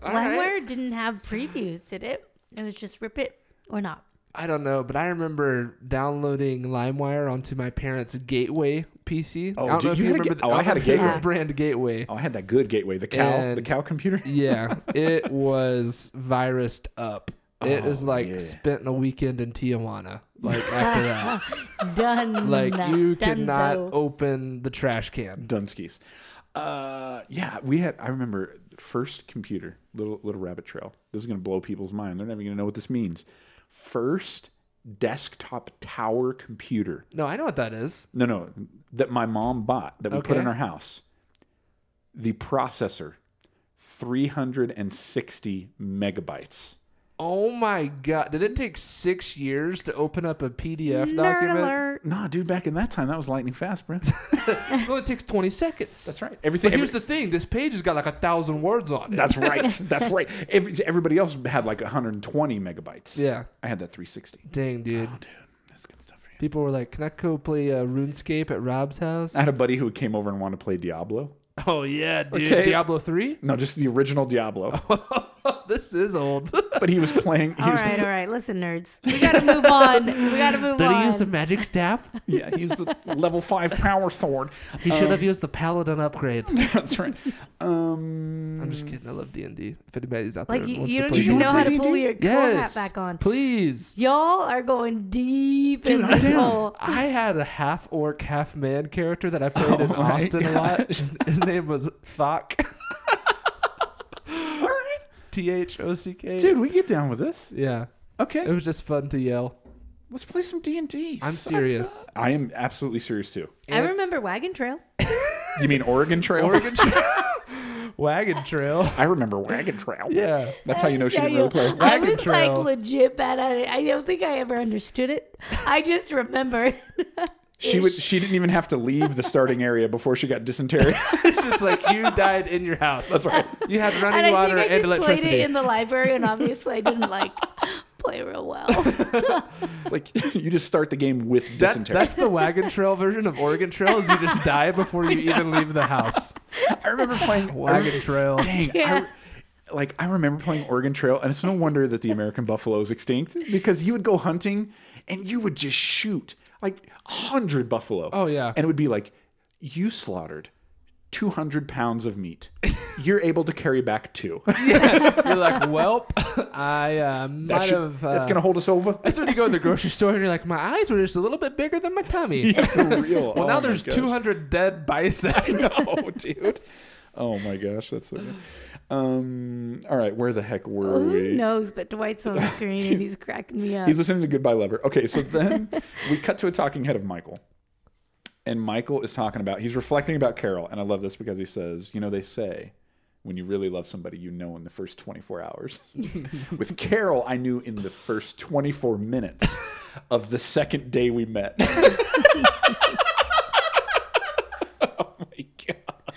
[SPEAKER 3] LimeWire didn't have previews, did it? It was just rip it or not.
[SPEAKER 2] I don't know, but I remember downloading LimeWire onto my parents' Gateway PC.
[SPEAKER 1] Oh,
[SPEAKER 2] I don't
[SPEAKER 1] dude,
[SPEAKER 2] know if
[SPEAKER 1] you
[SPEAKER 2] you,
[SPEAKER 1] had a
[SPEAKER 2] remember.
[SPEAKER 1] ga- oh, I
[SPEAKER 2] don't
[SPEAKER 1] had a
[SPEAKER 2] know if you
[SPEAKER 1] Gateway.
[SPEAKER 2] remember Brand Gateway.
[SPEAKER 1] oh, I had that good gateway, the cow, the
[SPEAKER 2] And-
[SPEAKER 1] cow computer.
[SPEAKER 2] Yeah, it was virused up. It was
[SPEAKER 1] Oh,
[SPEAKER 2] like
[SPEAKER 1] yeah.
[SPEAKER 2] spent a weekend in Tijuana. Like after that,
[SPEAKER 3] Done.
[SPEAKER 2] like you
[SPEAKER 3] Dunzo.
[SPEAKER 2] cannot open the trash can.
[SPEAKER 1] Dunskies. Uh, yeah, we had. I remember first computer, little little rabbit trail. This is gonna blow people's mind. They're never gonna know what this means. First desktop tower computer.
[SPEAKER 2] No, I know what that is.
[SPEAKER 1] No, no, that my mom bought that we put
[SPEAKER 2] Okay.
[SPEAKER 1] in our house. The processor, three hundred and sixty megabytes.
[SPEAKER 2] Oh my god! Did it take six years to open up a PDF
[SPEAKER 3] Nerd
[SPEAKER 2] document?
[SPEAKER 3] alert.
[SPEAKER 1] Nah, dude, back in that time, that was lightning fast, bro.
[SPEAKER 2] Well, it takes twenty seconds.
[SPEAKER 1] That's right. Everything.
[SPEAKER 2] But
[SPEAKER 1] every-
[SPEAKER 2] here's the thing: this page has got like a thousand words on it.
[SPEAKER 1] that's right. That's right. Every, everybody else had like 120 megabytes.
[SPEAKER 2] Yeah.
[SPEAKER 1] I had that 360.
[SPEAKER 2] Dang, dude.
[SPEAKER 1] Dude, that's good stuff for you.
[SPEAKER 2] People were like, "Can I go play uh, RuneScape at Rob's house?"
[SPEAKER 1] I had a buddy who came over and wanted to play Diablo.
[SPEAKER 2] Oh yeah, dude.
[SPEAKER 1] Okay. Oh,
[SPEAKER 2] Diablo three.
[SPEAKER 1] No, just the original Diablo.
[SPEAKER 2] this is old.
[SPEAKER 1] But he was playing. He
[SPEAKER 3] All
[SPEAKER 1] was,
[SPEAKER 3] right, all right. Listen, nerds. We gotta move on. We gotta move
[SPEAKER 2] Did
[SPEAKER 3] on.
[SPEAKER 2] he use the magic staff?
[SPEAKER 1] Yeah, he used the level five power sword.
[SPEAKER 2] He should
[SPEAKER 1] Um,
[SPEAKER 2] have used the paladin upgrade.
[SPEAKER 1] That's right. Um,
[SPEAKER 2] I'm just kidding. I love D and D. If anybody's out there,
[SPEAKER 3] like
[SPEAKER 2] and
[SPEAKER 3] you,
[SPEAKER 2] wants
[SPEAKER 3] you
[SPEAKER 2] to
[SPEAKER 3] don't
[SPEAKER 2] play
[SPEAKER 1] you
[SPEAKER 3] even
[SPEAKER 1] wanna
[SPEAKER 3] know how
[SPEAKER 1] play
[SPEAKER 3] to pull
[SPEAKER 1] D&D?
[SPEAKER 3] your cool
[SPEAKER 2] yes,
[SPEAKER 3] hat back on.
[SPEAKER 2] please.
[SPEAKER 3] Y'all are going deep
[SPEAKER 1] Dude,
[SPEAKER 3] in
[SPEAKER 1] I'm
[SPEAKER 3] this
[SPEAKER 1] down.
[SPEAKER 3] hole.
[SPEAKER 2] I had a half orc, half man character that I played in
[SPEAKER 1] Oh my
[SPEAKER 2] Austin a lot. His, his name was Fock. T H O C K.
[SPEAKER 1] dude, we get down with this.
[SPEAKER 2] Yeah. It
[SPEAKER 1] Okay,
[SPEAKER 2] was just fun to yell.
[SPEAKER 1] let's play some D and D.
[SPEAKER 2] I'm serious.
[SPEAKER 1] I am absolutely serious too.
[SPEAKER 3] I remember Wagon Trail.
[SPEAKER 1] You mean Oregon Trail?
[SPEAKER 2] Wagon trail. Wagon trail.
[SPEAKER 1] I remember Wagon Trail.
[SPEAKER 2] Yeah.
[SPEAKER 1] that's how you know she
[SPEAKER 3] Yeah,
[SPEAKER 1] didn't really
[SPEAKER 3] you-
[SPEAKER 1] play.
[SPEAKER 3] I
[SPEAKER 2] Wagon
[SPEAKER 3] was like
[SPEAKER 2] Trail.
[SPEAKER 3] legit bad at it. I don't think I ever understood it. I just remember.
[SPEAKER 1] She would. She didn't even have to leave the starting area before she got dysentery.
[SPEAKER 2] It's just like you died in your house. That's right. You had running
[SPEAKER 3] and I
[SPEAKER 2] water
[SPEAKER 3] think I
[SPEAKER 2] and
[SPEAKER 3] just played
[SPEAKER 2] electricity.
[SPEAKER 3] it in the library, and obviously I didn't like play real well.
[SPEAKER 1] It's like you just start the game with
[SPEAKER 2] That-
[SPEAKER 1] dysentery.
[SPEAKER 2] that's the wagon trail version of Oregon Trail. Is you just die before you even leave the house.
[SPEAKER 1] I remember playing
[SPEAKER 2] Wagon Trail.
[SPEAKER 1] Dang, I, re- like I remember playing Oregon Trail, and it's no wonder that the American buffalo is extinct because you would go hunting and you would just shoot like a hundred buffalo.
[SPEAKER 2] Oh, yeah.
[SPEAKER 1] and it would be like you slaughtered 200 pounds of meat. You're able to carry back two.
[SPEAKER 2] You're like, welp, I uh, might
[SPEAKER 1] That should-
[SPEAKER 2] have. Uh,
[SPEAKER 1] that's going to hold us over.
[SPEAKER 2] That's when you go to the grocery store and you're like, my eyes were just a little bit bigger than my tummy.
[SPEAKER 1] For real.
[SPEAKER 2] Well,
[SPEAKER 1] Oh
[SPEAKER 2] now
[SPEAKER 1] my
[SPEAKER 2] there's
[SPEAKER 1] gosh.
[SPEAKER 2] 200 dead bison.
[SPEAKER 1] no, dude. Oh my gosh, that's so good. Um, all right, where the heck
[SPEAKER 2] Oh,
[SPEAKER 1] were
[SPEAKER 3] Who
[SPEAKER 1] we?
[SPEAKER 3] knows? But Dwight's on screen and he's cracking me up.
[SPEAKER 1] He's listening to Goodbye Lover. Okay, so then we cut to a talking head of Michael. And Michael is talking about, he's reflecting about Carol. And I love this because he says, you know, they say when you really love somebody, you know in the first 24 hours. With Carol, I knew in the first 24 minutes of the second day we met. oh my God.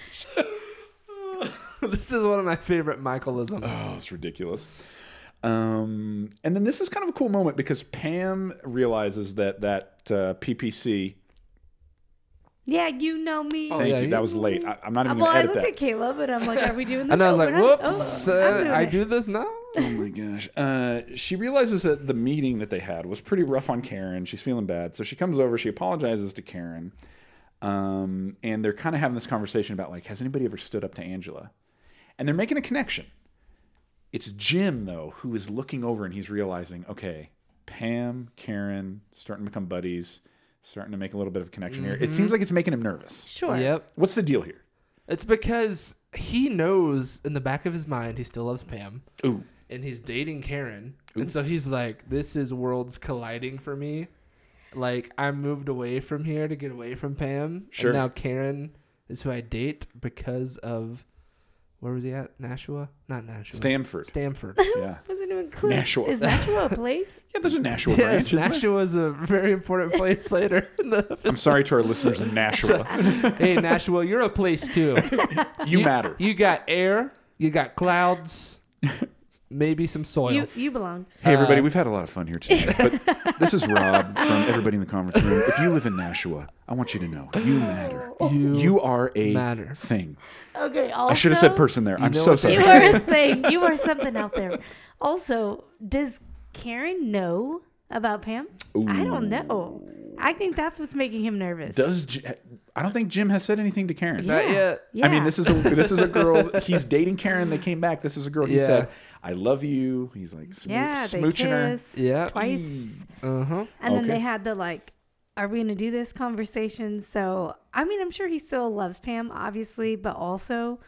[SPEAKER 2] this is one of my favorite Michaelisms.
[SPEAKER 1] Oh, it's ridiculous. Um, and then this is kind of a cool moment because Pam realizes that that uh, PPC.
[SPEAKER 3] yeah, you know me.
[SPEAKER 1] Thank
[SPEAKER 2] Oh, yeah,
[SPEAKER 1] you.
[SPEAKER 2] you-
[SPEAKER 1] That was late. I, am not
[SPEAKER 3] Uh,
[SPEAKER 1] even
[SPEAKER 3] well, I
[SPEAKER 1] gonna
[SPEAKER 3] looked at
[SPEAKER 1] edit that.
[SPEAKER 3] Caleb and I'm like, are we doing this?
[SPEAKER 2] and I was
[SPEAKER 3] Oh,
[SPEAKER 2] like,
[SPEAKER 3] we're not-
[SPEAKER 2] whoops,
[SPEAKER 3] oh, I'm
[SPEAKER 2] uh,
[SPEAKER 3] doing
[SPEAKER 2] I
[SPEAKER 3] it.
[SPEAKER 2] do this now?
[SPEAKER 1] Oh my gosh. Uh, she realizes that the meeting that they had was pretty rough on Karen. She's feeling bad, so she comes over. She apologizes to Karen, um, and they're kind of having this conversation about like, has anybody ever stood up to Angela? And they're making a connection. It's Jim, though, who is looking over and he's realizing, okay, Pam, Karen, starting to become buddies, starting to make a little bit of a connection here.
[SPEAKER 2] Mm-hmm.
[SPEAKER 1] It seems like it's making him nervous.
[SPEAKER 3] Sure.
[SPEAKER 2] Yep.
[SPEAKER 1] What's the deal here?
[SPEAKER 2] It's because he knows in the back of his mind he still loves Pam
[SPEAKER 1] Ooh.
[SPEAKER 2] and he's dating Karen. And so he's like, this is worlds colliding for me. Like, I moved away from here to get away from Pam.
[SPEAKER 1] Sure.
[SPEAKER 2] And now Karen is who I date because of. Where was he at? Nashua? Not Nashua.
[SPEAKER 1] Stanford.
[SPEAKER 2] Stanford.
[SPEAKER 1] yeah.
[SPEAKER 3] Wasn't even clear.
[SPEAKER 1] Nashua.
[SPEAKER 3] Is Nashua a place?
[SPEAKER 1] Yeah, there's a Nashua branch.
[SPEAKER 2] yes,
[SPEAKER 1] isn't there?
[SPEAKER 2] Nashua is a very important place later. In the
[SPEAKER 1] I'm sorry to our listeners in Nashua.
[SPEAKER 2] hey, Nashua, you're a place too.
[SPEAKER 1] You matter.
[SPEAKER 2] You got air, you got clouds, maybe some soil.
[SPEAKER 3] You you belong.
[SPEAKER 1] Hey,
[SPEAKER 2] Uh,
[SPEAKER 1] everybody, we've had a lot of fun here today. But this is Rob from Everybody in the Conference Room. If you live in Nashua, I want you to know you matter.
[SPEAKER 2] You
[SPEAKER 1] are a
[SPEAKER 2] matter.
[SPEAKER 1] thing.
[SPEAKER 3] Okay. Also,
[SPEAKER 1] I should have said person there. I'm
[SPEAKER 2] know
[SPEAKER 1] so
[SPEAKER 2] what they
[SPEAKER 1] sorry.
[SPEAKER 3] You are a thing. You are something out there. Also, does Karen know about Pam? I don't know. I think that's what's making him nervous.
[SPEAKER 1] Does J- I don't think Jim has said anything to Karen.
[SPEAKER 2] Not yet.
[SPEAKER 3] Yeah.
[SPEAKER 1] I mean, this is a this is a girl. He's dating Karen. They came back. This is a girl. He
[SPEAKER 2] Yeah.
[SPEAKER 1] said, "I love you." He's like smooch,
[SPEAKER 3] yeah, they
[SPEAKER 1] smooching her. Uh-huh.
[SPEAKER 3] kissed
[SPEAKER 2] Yeah.
[SPEAKER 3] twice,
[SPEAKER 2] Uh huh.
[SPEAKER 3] and then
[SPEAKER 1] Okay.
[SPEAKER 3] they had the like, "Are we gonna do this?" conversation. So, I mean, I'm sure he still loves Pam, obviously, but also,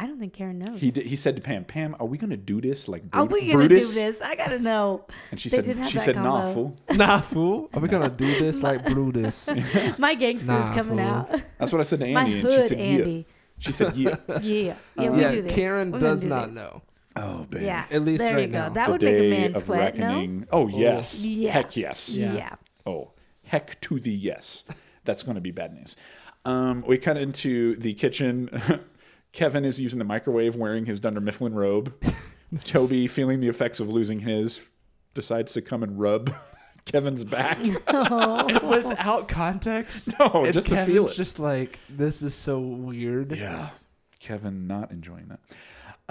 [SPEAKER 3] I don't think Karen knows.
[SPEAKER 1] He did, he said to Pam, "Pam, are we going to do this like Bru-
[SPEAKER 3] Are we gonna
[SPEAKER 1] Brutus?"
[SPEAKER 3] do this? I gotta know.
[SPEAKER 1] And she
[SPEAKER 3] They did
[SPEAKER 1] said,
[SPEAKER 3] have
[SPEAKER 1] "She
[SPEAKER 3] that
[SPEAKER 1] said, nah,
[SPEAKER 3] combo.
[SPEAKER 1] fool."
[SPEAKER 2] Nah, fool. Are we gonna do this like Brutus?
[SPEAKER 3] My gangster's
[SPEAKER 2] Nah,
[SPEAKER 3] coming
[SPEAKER 2] fool.
[SPEAKER 3] out.
[SPEAKER 1] That's what I said to
[SPEAKER 3] My
[SPEAKER 1] Andy, and she
[SPEAKER 3] hood,
[SPEAKER 1] said, "Yeah."
[SPEAKER 3] Andy.
[SPEAKER 1] She said, "Yeah."
[SPEAKER 3] Yeah, yeah, we
[SPEAKER 2] yeah,
[SPEAKER 3] do this.
[SPEAKER 2] Karen
[SPEAKER 3] We're gonna
[SPEAKER 2] does
[SPEAKER 3] do
[SPEAKER 2] not
[SPEAKER 3] this.
[SPEAKER 2] know.
[SPEAKER 1] Oh, baby.
[SPEAKER 3] Yeah,
[SPEAKER 2] At least
[SPEAKER 3] there
[SPEAKER 2] right
[SPEAKER 3] you go.
[SPEAKER 2] now.
[SPEAKER 3] That
[SPEAKER 1] the
[SPEAKER 3] would make
[SPEAKER 1] day
[SPEAKER 3] a man
[SPEAKER 1] of
[SPEAKER 3] sweat. No.
[SPEAKER 1] reckoning. Oh yes,
[SPEAKER 3] Yeah.
[SPEAKER 1] heck yes.
[SPEAKER 3] Yeah.
[SPEAKER 1] Oh heck to the yes. That's going to be bad news. Um, we cut into the kitchen. Kevin is using the microwave, wearing his Dunder Mifflin robe. Toby, feeling the effects of losing his, decides to come and rub Kevin's back.
[SPEAKER 2] Without context.
[SPEAKER 1] No,
[SPEAKER 2] and
[SPEAKER 1] just to
[SPEAKER 2] Kevin's
[SPEAKER 1] feel it.
[SPEAKER 2] Just like this is so weird.
[SPEAKER 1] yeah, Kevin not enjoying that.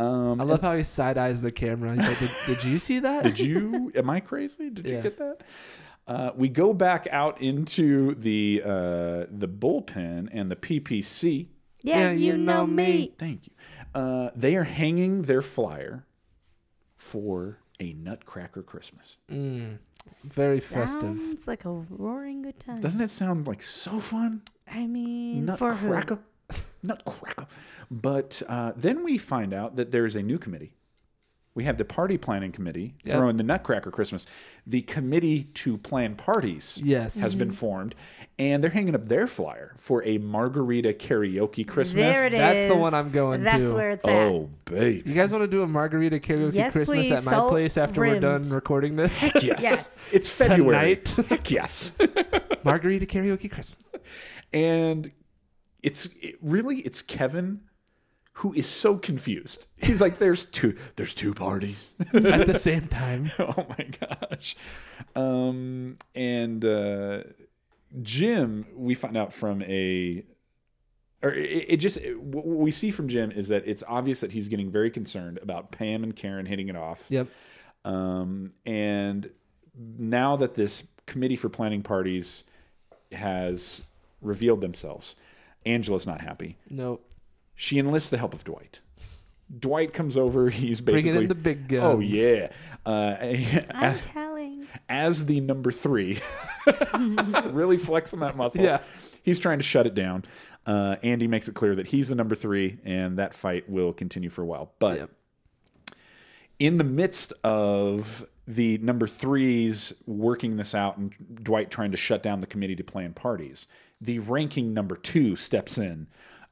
[SPEAKER 1] Um,
[SPEAKER 2] I love how he side eyes the camera. He's like, "Did, did you see that?"
[SPEAKER 1] Did you? Am I crazy? Did you
[SPEAKER 2] Yeah.
[SPEAKER 1] get that? Uh, we go back out into the uh, the bullpen and the PPC.
[SPEAKER 2] Yeah,
[SPEAKER 3] Yeah, you, know, me.
[SPEAKER 1] Thank you. Uh, they are hanging their flyer for a Nutcracker Christmas.
[SPEAKER 2] Very festive.
[SPEAKER 3] Sounds like a roaring good time.
[SPEAKER 1] Doesn't it sound like so fun?
[SPEAKER 3] I mean, for who?
[SPEAKER 1] Nutcracker, Nutcracker. But uh, then we find out that there is a new committee. We have the party planning committee
[SPEAKER 2] Yep.
[SPEAKER 1] throwing the Nutcracker Christmas. The committee to plan parties.
[SPEAKER 2] Yes.
[SPEAKER 1] has
[SPEAKER 3] Mm-hmm.
[SPEAKER 1] been formed, and they're hanging up their flyer for a margarita karaoke Christmas.
[SPEAKER 3] There it is.
[SPEAKER 2] That's the one I'm going
[SPEAKER 3] That's
[SPEAKER 2] to.
[SPEAKER 3] where it's at.
[SPEAKER 1] Oh, baby.
[SPEAKER 2] You guys want to do a margarita karaoke
[SPEAKER 3] Yes,
[SPEAKER 2] Christmas
[SPEAKER 3] please,
[SPEAKER 2] at my
[SPEAKER 3] salt
[SPEAKER 2] place after we're
[SPEAKER 3] rimmed.
[SPEAKER 2] done recording this?
[SPEAKER 1] Yes.
[SPEAKER 3] Yes.
[SPEAKER 1] It's February.
[SPEAKER 2] Tonight.
[SPEAKER 1] Heck yes.
[SPEAKER 2] margarita karaoke Christmas.
[SPEAKER 1] and it's it, really it's Kevin who is so confused. He's like there's two there's two parties.
[SPEAKER 2] At the same time.
[SPEAKER 1] oh my gosh. Um and uh Jim we find out from a or it, it just what what we see from Jim is that it's obvious that he's getting very concerned about Pam and Karen hitting it off.
[SPEAKER 2] Yep.
[SPEAKER 1] Um, and now that this committee for planning parties has revealed themselves, Angela's not happy.
[SPEAKER 2] No.
[SPEAKER 1] She enlists the help of Dwight. Dwight comes over. He's basically
[SPEAKER 2] in the big
[SPEAKER 1] Oh
[SPEAKER 2] guns.
[SPEAKER 1] yeah, uh,
[SPEAKER 3] I'm telling.
[SPEAKER 1] as the number three, really flexing that muscle.
[SPEAKER 2] Yeah.
[SPEAKER 1] he's trying to shut it down. Uh, Andy makes it clear that he's the number three, and that fight will continue for a while. But
[SPEAKER 2] Yep.
[SPEAKER 1] in the midst of the number threes working this out and Dwight trying to shut down the committee to plan parties, the ranking number two steps in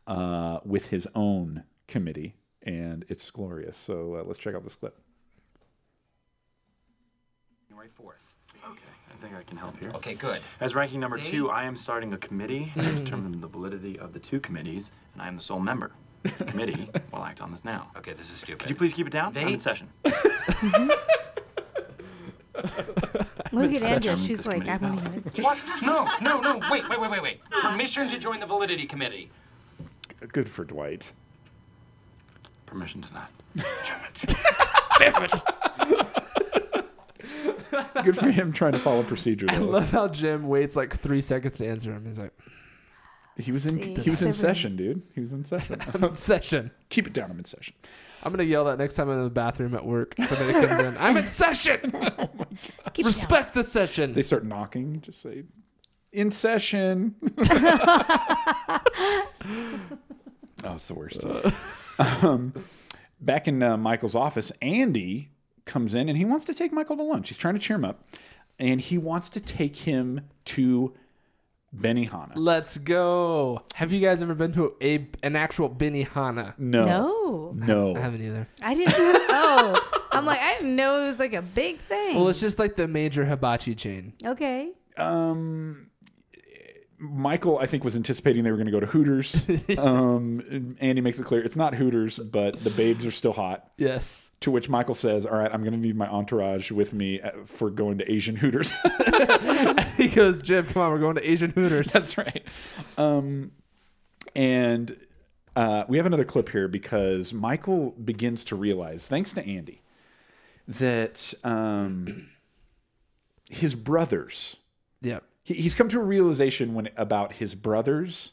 [SPEAKER 1] uh, with his own committee, and it's glorious. So uh, let's check out this clip.
[SPEAKER 8] January 4th.
[SPEAKER 7] Okay, I think I can help here.
[SPEAKER 8] Okay, good.
[SPEAKER 7] As ranking number two, I am starting a committee to determine the validity of the two committees, and I am the sole member. The committee will act on this now.
[SPEAKER 8] Okay, this is stupid.
[SPEAKER 7] Could you please keep it down? I'm
[SPEAKER 8] They-
[SPEAKER 7] in session.
[SPEAKER 3] Look at Angela.
[SPEAKER 7] um,
[SPEAKER 3] She's
[SPEAKER 7] this
[SPEAKER 3] like, I
[SPEAKER 7] committee
[SPEAKER 3] want to hear it.
[SPEAKER 8] What? No, no, no. Wait, wait, wait, wait, wait. Permission to join the validity committee.
[SPEAKER 1] Good for Dwight.
[SPEAKER 7] Permission denied.
[SPEAKER 1] Good for him trying to follow procedure. Though.
[SPEAKER 2] I love how Jim waits like three seconds to answer him. He's like,
[SPEAKER 1] He was in.
[SPEAKER 3] See,
[SPEAKER 1] he was in
[SPEAKER 3] seven.
[SPEAKER 1] session, dude. He was in session.
[SPEAKER 2] session.
[SPEAKER 1] Keep it down. I'm in session.
[SPEAKER 2] I'm gonna yell that next time I'm in the bathroom at work. Somebody comes in. I'm in session.
[SPEAKER 3] Keep it down.
[SPEAKER 2] Respect the session.
[SPEAKER 1] They start knocking. Just say, "In session." oh, it's the worst. um, back in uh, Michael's office, Andy comes in and he wants to take Michael to lunch. He's trying to cheer him up, and he wants to take him to Benihana.
[SPEAKER 2] Let's go. Have you guys ever been to a an actual Benihana?
[SPEAKER 1] No,
[SPEAKER 3] No,
[SPEAKER 2] I
[SPEAKER 1] no.
[SPEAKER 2] haven't either.
[SPEAKER 3] I didn't. Oh, I'm like, I didn't know it was like a big thing.
[SPEAKER 2] Well, it's just like the major hibachi chain.
[SPEAKER 3] okay.
[SPEAKER 1] Um, Michael, I think, was anticipating they were going to go to Hooters. um, Andy makes it clear it's not Hooters, but the babes are still hot.
[SPEAKER 2] Yes.
[SPEAKER 1] To which Michael says, "All right, I'm going to need my entourage with me uh, for going to Asian Hooters."
[SPEAKER 2] he goes, Jim, come on, we're going to Asian Hooters.
[SPEAKER 1] That's right. Um, and uh, we have another clip here because Michael begins to realize, thanks to Andy, that um, his brothers.
[SPEAKER 2] Yep.
[SPEAKER 1] he, he's come to a realization when about his brothers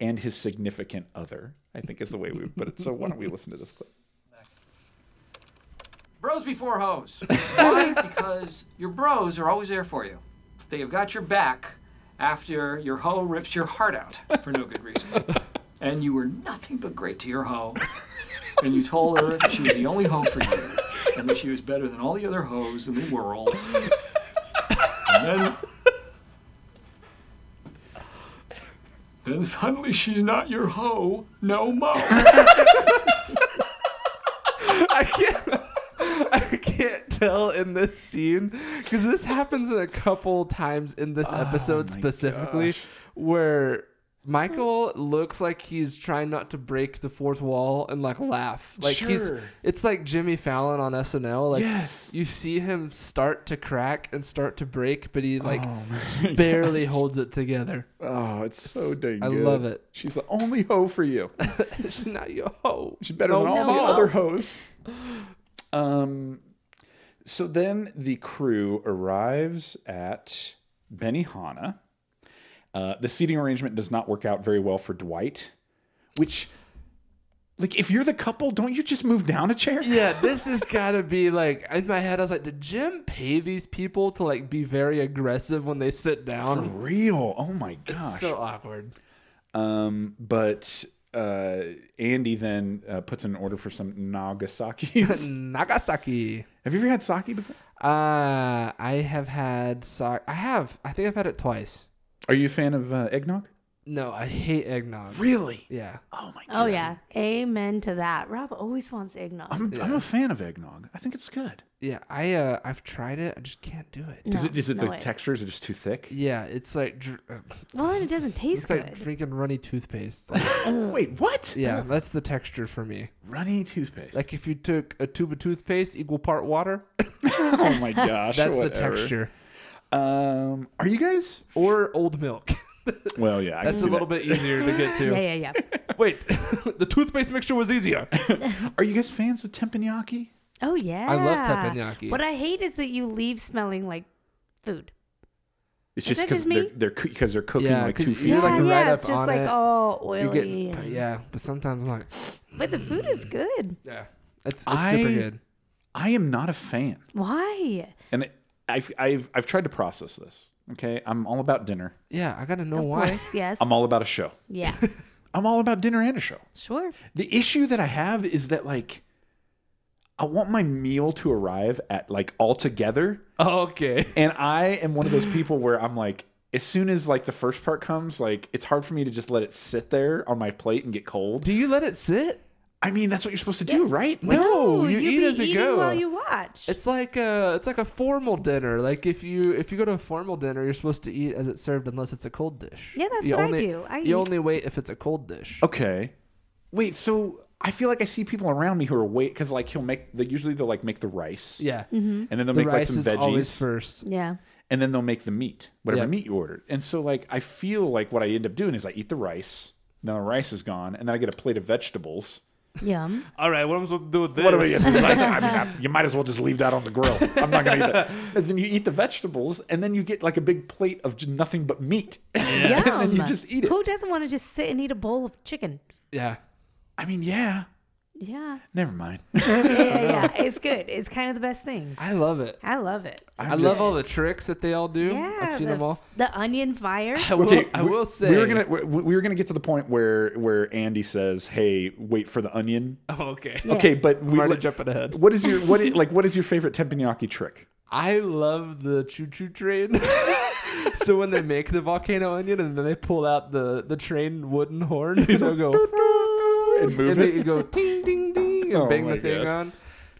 [SPEAKER 1] and his significant other. I think is the way we would put it. So why don't we listen to this clip?
[SPEAKER 9] Bros before hoes. Why? because your bros are always there for you. They have got your back after your hoe rips your heart out for no good reason. And you were nothing but great to your hoe. And you told her she was the only hoe for you. And that she was better than all the other hoes in the world. And then. Then suddenly she's not your hoe no more.
[SPEAKER 2] I can't. I can't tell in this scene because this happens in a couple times in this episode specifically, where Michael looks like he's trying not to break the fourth wall and like laugh. Like he's.
[SPEAKER 1] Sure.
[SPEAKER 2] It's like Jimmy Fallon on SNL. Like
[SPEAKER 1] Yes.
[SPEAKER 2] you see him start to crack and start to break, but he like barely holds it together.
[SPEAKER 1] Oh, it's so dang
[SPEAKER 2] I
[SPEAKER 1] good.
[SPEAKER 2] love it.
[SPEAKER 1] She's the only hoe for you.
[SPEAKER 2] It's not your hoe.
[SPEAKER 1] She's better than all the other hoes. Um, so then the crew arrives at Benihana. Uh, the seating arrangement does not work out very well for Dwight, which, like, if you're the couple, don't you just move down a chair?
[SPEAKER 2] Yeah, this has got to be like in my head. I was like, did Jim pay these people to like be very aggressive when they sit
[SPEAKER 1] For
[SPEAKER 2] down?
[SPEAKER 1] real. Oh my gosh.
[SPEAKER 2] It's so awkward.
[SPEAKER 1] Um, but uh, Andy then uh, puts in an order for some Nagasaki. Have
[SPEAKER 2] Nagasaki.
[SPEAKER 1] you ever had sake before?
[SPEAKER 2] Uh, I have had so I have. I think I've had it twice.
[SPEAKER 1] Are you a fan of uh, eggnog?
[SPEAKER 2] No, I hate eggnog.
[SPEAKER 1] Really?
[SPEAKER 2] Yeah.
[SPEAKER 1] Oh my
[SPEAKER 2] Uh,
[SPEAKER 1] god.
[SPEAKER 3] Oh yeah. Amen to that. Rob always wants eggnog.
[SPEAKER 1] I'm, I'm a fan of eggnog. I think it's good.
[SPEAKER 2] Yeah. I uh, I've tried it. I just can't do it.
[SPEAKER 1] is it is it
[SPEAKER 3] no
[SPEAKER 1] the
[SPEAKER 3] way.
[SPEAKER 1] texture? Is it just too thick?
[SPEAKER 2] Yeah, it's like dr- uh,
[SPEAKER 3] Well, and it doesn't taste
[SPEAKER 2] it's like
[SPEAKER 3] good.
[SPEAKER 2] drinking runny toothpaste. Like,
[SPEAKER 1] Wait, what?
[SPEAKER 2] yeah, that's the texture for me.
[SPEAKER 1] Runny toothpaste.
[SPEAKER 2] Like if you took a tube of toothpaste equal part water,
[SPEAKER 1] oh my gosh.
[SPEAKER 2] that's the
[SPEAKER 1] whatever.
[SPEAKER 2] texture.
[SPEAKER 1] Um, are you guys?
[SPEAKER 2] Or old milk.
[SPEAKER 1] Well, yeah. I
[SPEAKER 2] That's a little bit easier to get to.
[SPEAKER 3] Yeah, yeah, yeah.
[SPEAKER 2] Wait, the toothpaste mixture was easier.
[SPEAKER 1] bit. Are you guys fans of teppanyaki?
[SPEAKER 3] Oh yeah.
[SPEAKER 2] love teppanyaki.
[SPEAKER 3] What I hate is that you leave smelling like food.
[SPEAKER 1] It's
[SPEAKER 3] Is
[SPEAKER 1] just
[SPEAKER 3] that
[SPEAKER 1] because
[SPEAKER 3] just me?
[SPEAKER 1] they're they're because they're cooking
[SPEAKER 2] Yeah,
[SPEAKER 1] like
[SPEAKER 2] 'cause
[SPEAKER 1] two
[SPEAKER 2] you-
[SPEAKER 1] feet.
[SPEAKER 2] you're
[SPEAKER 3] yeah,
[SPEAKER 2] like right
[SPEAKER 3] yeah,
[SPEAKER 2] up
[SPEAKER 3] it's just
[SPEAKER 2] on
[SPEAKER 3] like
[SPEAKER 2] it.
[SPEAKER 3] all
[SPEAKER 2] You get,
[SPEAKER 3] oily.
[SPEAKER 2] but yeah, but sometimes I'm like,
[SPEAKER 3] But the food is good.
[SPEAKER 2] yeah, it's, it's
[SPEAKER 1] I-
[SPEAKER 2] super good.
[SPEAKER 1] I am not a fan,
[SPEAKER 3] Why?
[SPEAKER 1] and I've I've I've tried to process this. Okay, I'm all about dinner.
[SPEAKER 2] Yeah, I gotta know
[SPEAKER 3] Of
[SPEAKER 2] why.
[SPEAKER 3] course, yes.
[SPEAKER 1] I'm all about a show.
[SPEAKER 3] yeah,
[SPEAKER 1] I'm all about dinner and a show.
[SPEAKER 3] sure.
[SPEAKER 1] The issue that I have is that like I want my meal to arrive at like all together.
[SPEAKER 2] Okay.
[SPEAKER 1] And I am one of those people where I'm like, as soon as like the first part comes, like it's hard for me to just let it sit there on my plate and get cold.
[SPEAKER 2] Do you let it sit?
[SPEAKER 1] I mean, that's what you're supposed to do, right? Like,
[SPEAKER 2] No,
[SPEAKER 3] Ooh,
[SPEAKER 2] you, eat
[SPEAKER 3] be
[SPEAKER 2] as you
[SPEAKER 3] eating
[SPEAKER 2] go.
[SPEAKER 3] while you watch.
[SPEAKER 2] It's like a it's like a formal dinner. Like if you if you go to a formal dinner, you're supposed to eat as it's served unless it's a cold dish.
[SPEAKER 3] Yeah, that's
[SPEAKER 2] you
[SPEAKER 3] what I
[SPEAKER 2] only,
[SPEAKER 3] do. I
[SPEAKER 2] you
[SPEAKER 3] eat-
[SPEAKER 2] only wait if it's a cold dish.
[SPEAKER 1] Okay. Wait, so I feel like I see people around me who are wait because like he'll make the usually they'll like make the rice.
[SPEAKER 2] Yeah,
[SPEAKER 3] Mm-hmm.
[SPEAKER 1] And then they'll
[SPEAKER 2] the
[SPEAKER 1] make like
[SPEAKER 2] rice
[SPEAKER 1] some
[SPEAKER 2] is always
[SPEAKER 1] veggies.
[SPEAKER 2] first.
[SPEAKER 3] yeah.
[SPEAKER 1] and then they'll make the meat, whatever
[SPEAKER 2] Yep.
[SPEAKER 1] meat you ordered. And so like I feel like what I end up doing is I eat the rice, now the rice is gone, and then I get a plate of vegetables.
[SPEAKER 3] Yum.
[SPEAKER 2] All right, what am I supposed to do with this?
[SPEAKER 1] What am I gonna do? Like, I mean, I- you might as well just leave that on the grill. I'm not gonna eat that. And then you eat the vegetables, and then you get like a big plate of j- nothing but meat.
[SPEAKER 3] Yum.
[SPEAKER 1] and then you just eat it.
[SPEAKER 3] Who doesn't want to just sit and eat a bowl of chicken?
[SPEAKER 2] yeah,
[SPEAKER 1] I mean, yeah.
[SPEAKER 3] Yeah.
[SPEAKER 1] Never mind.
[SPEAKER 3] Yeah, yeah. It's good. It's kind of the best thing.
[SPEAKER 2] I love it.
[SPEAKER 3] I love it.
[SPEAKER 1] I'm
[SPEAKER 2] I
[SPEAKER 1] just-
[SPEAKER 2] love all the tricks that they all do.
[SPEAKER 3] Yeah.
[SPEAKER 2] I've seen
[SPEAKER 3] the,
[SPEAKER 2] them all.
[SPEAKER 3] the onion fire.
[SPEAKER 2] I will, I
[SPEAKER 1] we-
[SPEAKER 2] will say
[SPEAKER 1] we were gonna we, we were gonna get to the point where where Andy says, "Hey, wait for the onion."
[SPEAKER 2] Oh, okay.
[SPEAKER 1] Okay, but we
[SPEAKER 2] already jumping ahead.
[SPEAKER 1] What is your what is, like what is your favorite teppanyaki trick?
[SPEAKER 2] I love the choo choo train. so when they make the volcano onion and then they pull out the, the train wooden horn, and they'll go
[SPEAKER 1] And move
[SPEAKER 2] and they
[SPEAKER 1] it.
[SPEAKER 2] go ding ding ding and
[SPEAKER 1] Oh
[SPEAKER 2] bang
[SPEAKER 1] my
[SPEAKER 2] the thing
[SPEAKER 1] gosh.
[SPEAKER 2] on.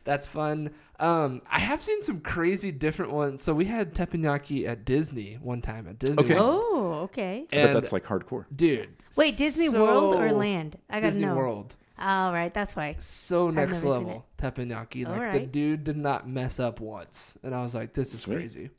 [SPEAKER 2] That's fun. Um, I have seen some crazy different ones. So we had teppanyaki at Disney one time at Disney.
[SPEAKER 1] Okay.
[SPEAKER 2] World.
[SPEAKER 3] Oh, okay.
[SPEAKER 1] But
[SPEAKER 2] And
[SPEAKER 1] that's like hardcore.
[SPEAKER 2] dude.
[SPEAKER 3] Wait, Disney World or
[SPEAKER 2] so-
[SPEAKER 3] land? I gotta
[SPEAKER 2] Disney
[SPEAKER 3] know.
[SPEAKER 2] World.
[SPEAKER 3] All right, that's why.
[SPEAKER 2] So next
[SPEAKER 3] never seen
[SPEAKER 2] level teppanyaki.
[SPEAKER 3] All
[SPEAKER 2] Like the
[SPEAKER 3] right.
[SPEAKER 2] dude did not mess up once, and I was like, this is
[SPEAKER 1] Sweet.
[SPEAKER 2] crazy.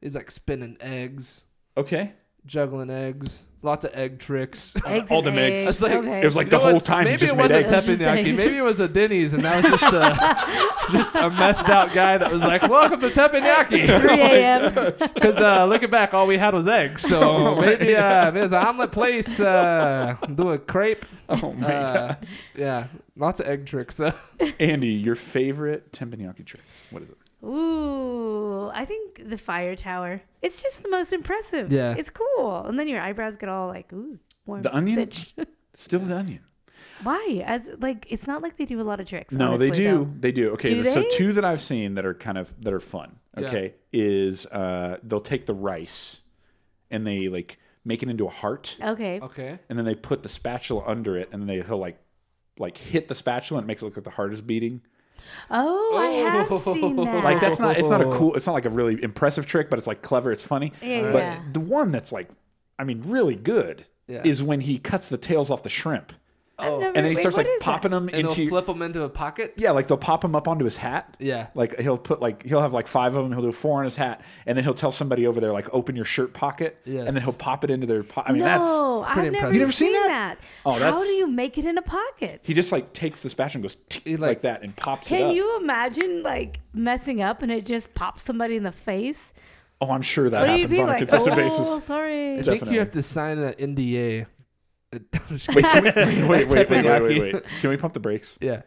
[SPEAKER 2] He's like spinning eggs.
[SPEAKER 1] Okay.
[SPEAKER 2] juggling eggs, lots of egg tricks.
[SPEAKER 3] Eggs
[SPEAKER 1] all
[SPEAKER 3] and
[SPEAKER 1] the mix.
[SPEAKER 3] eggs.
[SPEAKER 2] It's like-
[SPEAKER 3] okay.
[SPEAKER 1] It was like the
[SPEAKER 2] No,
[SPEAKER 1] whole
[SPEAKER 2] it's-
[SPEAKER 1] time
[SPEAKER 2] Maybe
[SPEAKER 1] he just
[SPEAKER 2] it
[SPEAKER 1] made
[SPEAKER 2] wasn't
[SPEAKER 1] eggs.
[SPEAKER 3] That's just
[SPEAKER 2] teppanyaki.
[SPEAKER 3] eggs.
[SPEAKER 2] Maybe it was a Denny's, and that was just a just a methed out guy that was like, "Welcome to teppanyaki."
[SPEAKER 3] 3 a.m.
[SPEAKER 2] Because uh, looking back, all we had was eggs.
[SPEAKER 3] Oh
[SPEAKER 2] So maybe uh, there's an omelet place. Uh, do a crepe.
[SPEAKER 1] Oh my god.
[SPEAKER 2] Uh, yeah, lots of egg tricks. though.
[SPEAKER 1] Andy, your favorite teppanyaki trick. What is it?
[SPEAKER 3] Ooh, I think the fire tower. It's just the most impressive.
[SPEAKER 2] Yeah.
[SPEAKER 3] It's cool. And then your eyebrows get all like, ooh, warm.
[SPEAKER 1] The onion?
[SPEAKER 3] Sitch.
[SPEAKER 1] Still the onion.
[SPEAKER 3] Why? As like it's not like they do a lot of tricks.
[SPEAKER 1] No, they
[SPEAKER 3] honestly,
[SPEAKER 1] do.
[SPEAKER 3] though.
[SPEAKER 1] They do. Okay,
[SPEAKER 3] Do
[SPEAKER 1] so
[SPEAKER 3] they?
[SPEAKER 1] two that I've seen that are kind of that are fun.
[SPEAKER 2] Yeah.
[SPEAKER 1] Okay, is uh they'll take the rice and they like make it into a heart
[SPEAKER 3] Okay.
[SPEAKER 2] Okay.
[SPEAKER 1] and then they put the spatula under it and then they he'll like like hit the spatula and it makes it look like the heart is beating.
[SPEAKER 3] Oh, I have seen that.
[SPEAKER 1] Like that's not it's not a
[SPEAKER 2] Oh.
[SPEAKER 1] cool it's not like a really impressive trick, but it's like clever, it's funny.
[SPEAKER 3] Yeah,
[SPEAKER 1] But
[SPEAKER 3] yeah.
[SPEAKER 1] the one that's like, I mean, really good
[SPEAKER 2] Yeah.
[SPEAKER 1] is when he cuts the tails off the shrimp,
[SPEAKER 3] I've never-
[SPEAKER 1] Oh, and then he
[SPEAKER 3] wait,
[SPEAKER 1] starts
[SPEAKER 3] what
[SPEAKER 1] like
[SPEAKER 3] is that?
[SPEAKER 1] popping them
[SPEAKER 2] And
[SPEAKER 1] into.
[SPEAKER 2] they'll flip them into a pocket.
[SPEAKER 1] yeah, like they'll pop them up onto his hat.
[SPEAKER 2] Yeah.
[SPEAKER 1] Like he'll put like he'll have like five of them. He'll do four on his hat, and then he'll tell somebody over there like open your shirt pocket, and then
[SPEAKER 2] Yes.
[SPEAKER 1] he'll pop it into their pocket. I mean, that's
[SPEAKER 3] no,
[SPEAKER 2] it's
[SPEAKER 3] I've
[SPEAKER 2] pretty
[SPEAKER 3] never
[SPEAKER 2] impressive.
[SPEAKER 1] You never seen
[SPEAKER 3] seen
[SPEAKER 1] that?
[SPEAKER 3] that.
[SPEAKER 1] Oh,
[SPEAKER 3] How
[SPEAKER 1] that's-
[SPEAKER 3] do you make it in a pocket?
[SPEAKER 1] he just like takes the spatula and goes tick,
[SPEAKER 2] He,
[SPEAKER 1] like,
[SPEAKER 2] like-
[SPEAKER 1] that and pops it
[SPEAKER 3] Can
[SPEAKER 1] up.
[SPEAKER 3] you imagine like messing up and it just pops somebody in the face?
[SPEAKER 1] oh, I'm sure that
[SPEAKER 3] What do you
[SPEAKER 1] happens
[SPEAKER 3] be
[SPEAKER 1] on a
[SPEAKER 3] like?
[SPEAKER 1] consistent
[SPEAKER 3] oh,
[SPEAKER 1] basis.
[SPEAKER 3] sorry.
[SPEAKER 2] I think
[SPEAKER 1] Definitely.
[SPEAKER 2] you have to sign an NDA.
[SPEAKER 1] Wait, can we, wait, wait, wait, wait, wait, wait,
[SPEAKER 2] Teppanyaki.
[SPEAKER 1] wait. Can we pump the brakes?
[SPEAKER 2] yeah.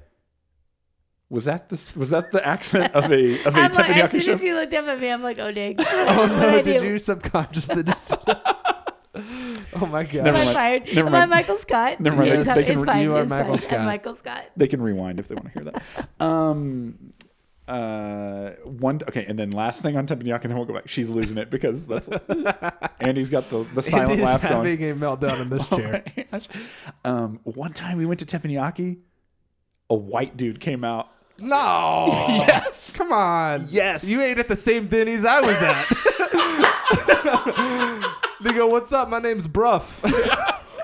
[SPEAKER 1] Was that this? Was that the accent of a of a
[SPEAKER 3] I'm like, as
[SPEAKER 1] teppanyaki
[SPEAKER 3] soon
[SPEAKER 1] chef?
[SPEAKER 3] as you looked up at me, I'm like, oh dang.
[SPEAKER 2] Oh
[SPEAKER 3] What did I
[SPEAKER 2] no! Did
[SPEAKER 3] do?
[SPEAKER 2] you subconsciously just? oh my god!
[SPEAKER 1] Never
[SPEAKER 3] Am
[SPEAKER 1] mind.
[SPEAKER 3] I fired?
[SPEAKER 1] Never
[SPEAKER 3] Am
[SPEAKER 1] mind.
[SPEAKER 3] I Michael Scott?
[SPEAKER 1] Never mind.
[SPEAKER 2] They-
[SPEAKER 3] It's,
[SPEAKER 2] they
[SPEAKER 3] it's
[SPEAKER 2] can-
[SPEAKER 3] fine.
[SPEAKER 2] you are
[SPEAKER 3] it's
[SPEAKER 2] Michael
[SPEAKER 3] fine.
[SPEAKER 2] Scott.
[SPEAKER 3] I'm Michael Scott.
[SPEAKER 1] they can rewind if they want to hear that. Um, uh, one okay, and then last thing on Teppanyaki, and then we'll go back. She's losing it because that's Andy's got the the silent
[SPEAKER 2] Andy's
[SPEAKER 1] laugh
[SPEAKER 2] having
[SPEAKER 1] going.
[SPEAKER 2] a meltdown in this chair.
[SPEAKER 1] Oh my gosh. Um, one time we went to Teppanyaki, a white dude came out.
[SPEAKER 2] No!
[SPEAKER 1] Yes.
[SPEAKER 2] Come on!
[SPEAKER 1] Yes.
[SPEAKER 2] You ate at the same Denny's I was at. they go, "What's up? My name's Bruff."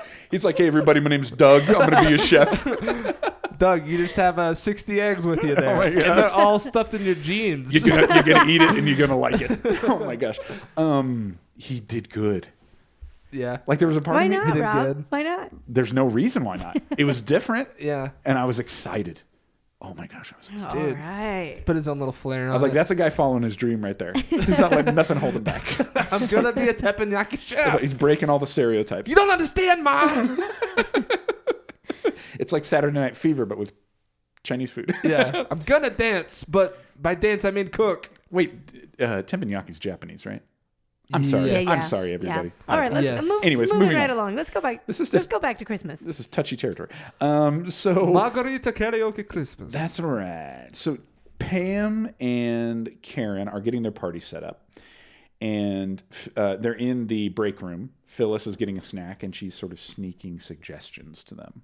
[SPEAKER 1] He's like, "Hey everybody, my name's Doug. I'm gonna be a chef."
[SPEAKER 2] Doug, you just have uh, sixty eggs with you there,
[SPEAKER 1] Oh my
[SPEAKER 2] and they're all stuffed in your jeans.
[SPEAKER 1] You're gonna, you're gonna eat it and you're gonna like it. Oh my gosh. Um, he did good.
[SPEAKER 2] yeah.
[SPEAKER 1] Like there was a part
[SPEAKER 3] Why
[SPEAKER 1] of me.
[SPEAKER 3] not,
[SPEAKER 2] did
[SPEAKER 3] Rob?
[SPEAKER 2] good.
[SPEAKER 3] Why not?
[SPEAKER 1] There's no reason why not. It was different.
[SPEAKER 2] Yeah.
[SPEAKER 1] and I was excited. Oh my gosh, I was, excited.
[SPEAKER 2] Dude.
[SPEAKER 3] All right.
[SPEAKER 2] Put his own little flair on.
[SPEAKER 1] I was like,
[SPEAKER 2] it.
[SPEAKER 1] that's a guy following his dream right there. He's not like nothing holding back.
[SPEAKER 2] I'm gonna be a teppanyaki
[SPEAKER 1] It's
[SPEAKER 2] chef.
[SPEAKER 1] like He's breaking all the stereotypes.
[SPEAKER 2] you don't understand, mom.
[SPEAKER 1] It's like Saturday Night Fever, but with Chinese food.
[SPEAKER 2] yeah, I'm gonna dance, but by dance I mean cook.
[SPEAKER 1] Wait, d- uh, tempanyaki's Japanese, right? I'm sorry.
[SPEAKER 2] Yes.
[SPEAKER 1] I'm sorry, everybody.
[SPEAKER 3] All right, let's
[SPEAKER 2] Yes.
[SPEAKER 3] move,
[SPEAKER 1] Anyways,
[SPEAKER 3] moving
[SPEAKER 1] moving
[SPEAKER 3] right
[SPEAKER 1] on.
[SPEAKER 3] along. Let's go back.
[SPEAKER 1] This is
[SPEAKER 3] let's
[SPEAKER 1] just-
[SPEAKER 3] go back to Christmas.
[SPEAKER 1] This is touchy territory. Um,
[SPEAKER 2] Oh.
[SPEAKER 1] so
[SPEAKER 2] Margarita karaoke Christmas.
[SPEAKER 1] That's right. So Pam and Karen are getting their party set up, and uh, they're in the break room. Phyllis is getting a snack, and she's sort of sneaking suggestions to them.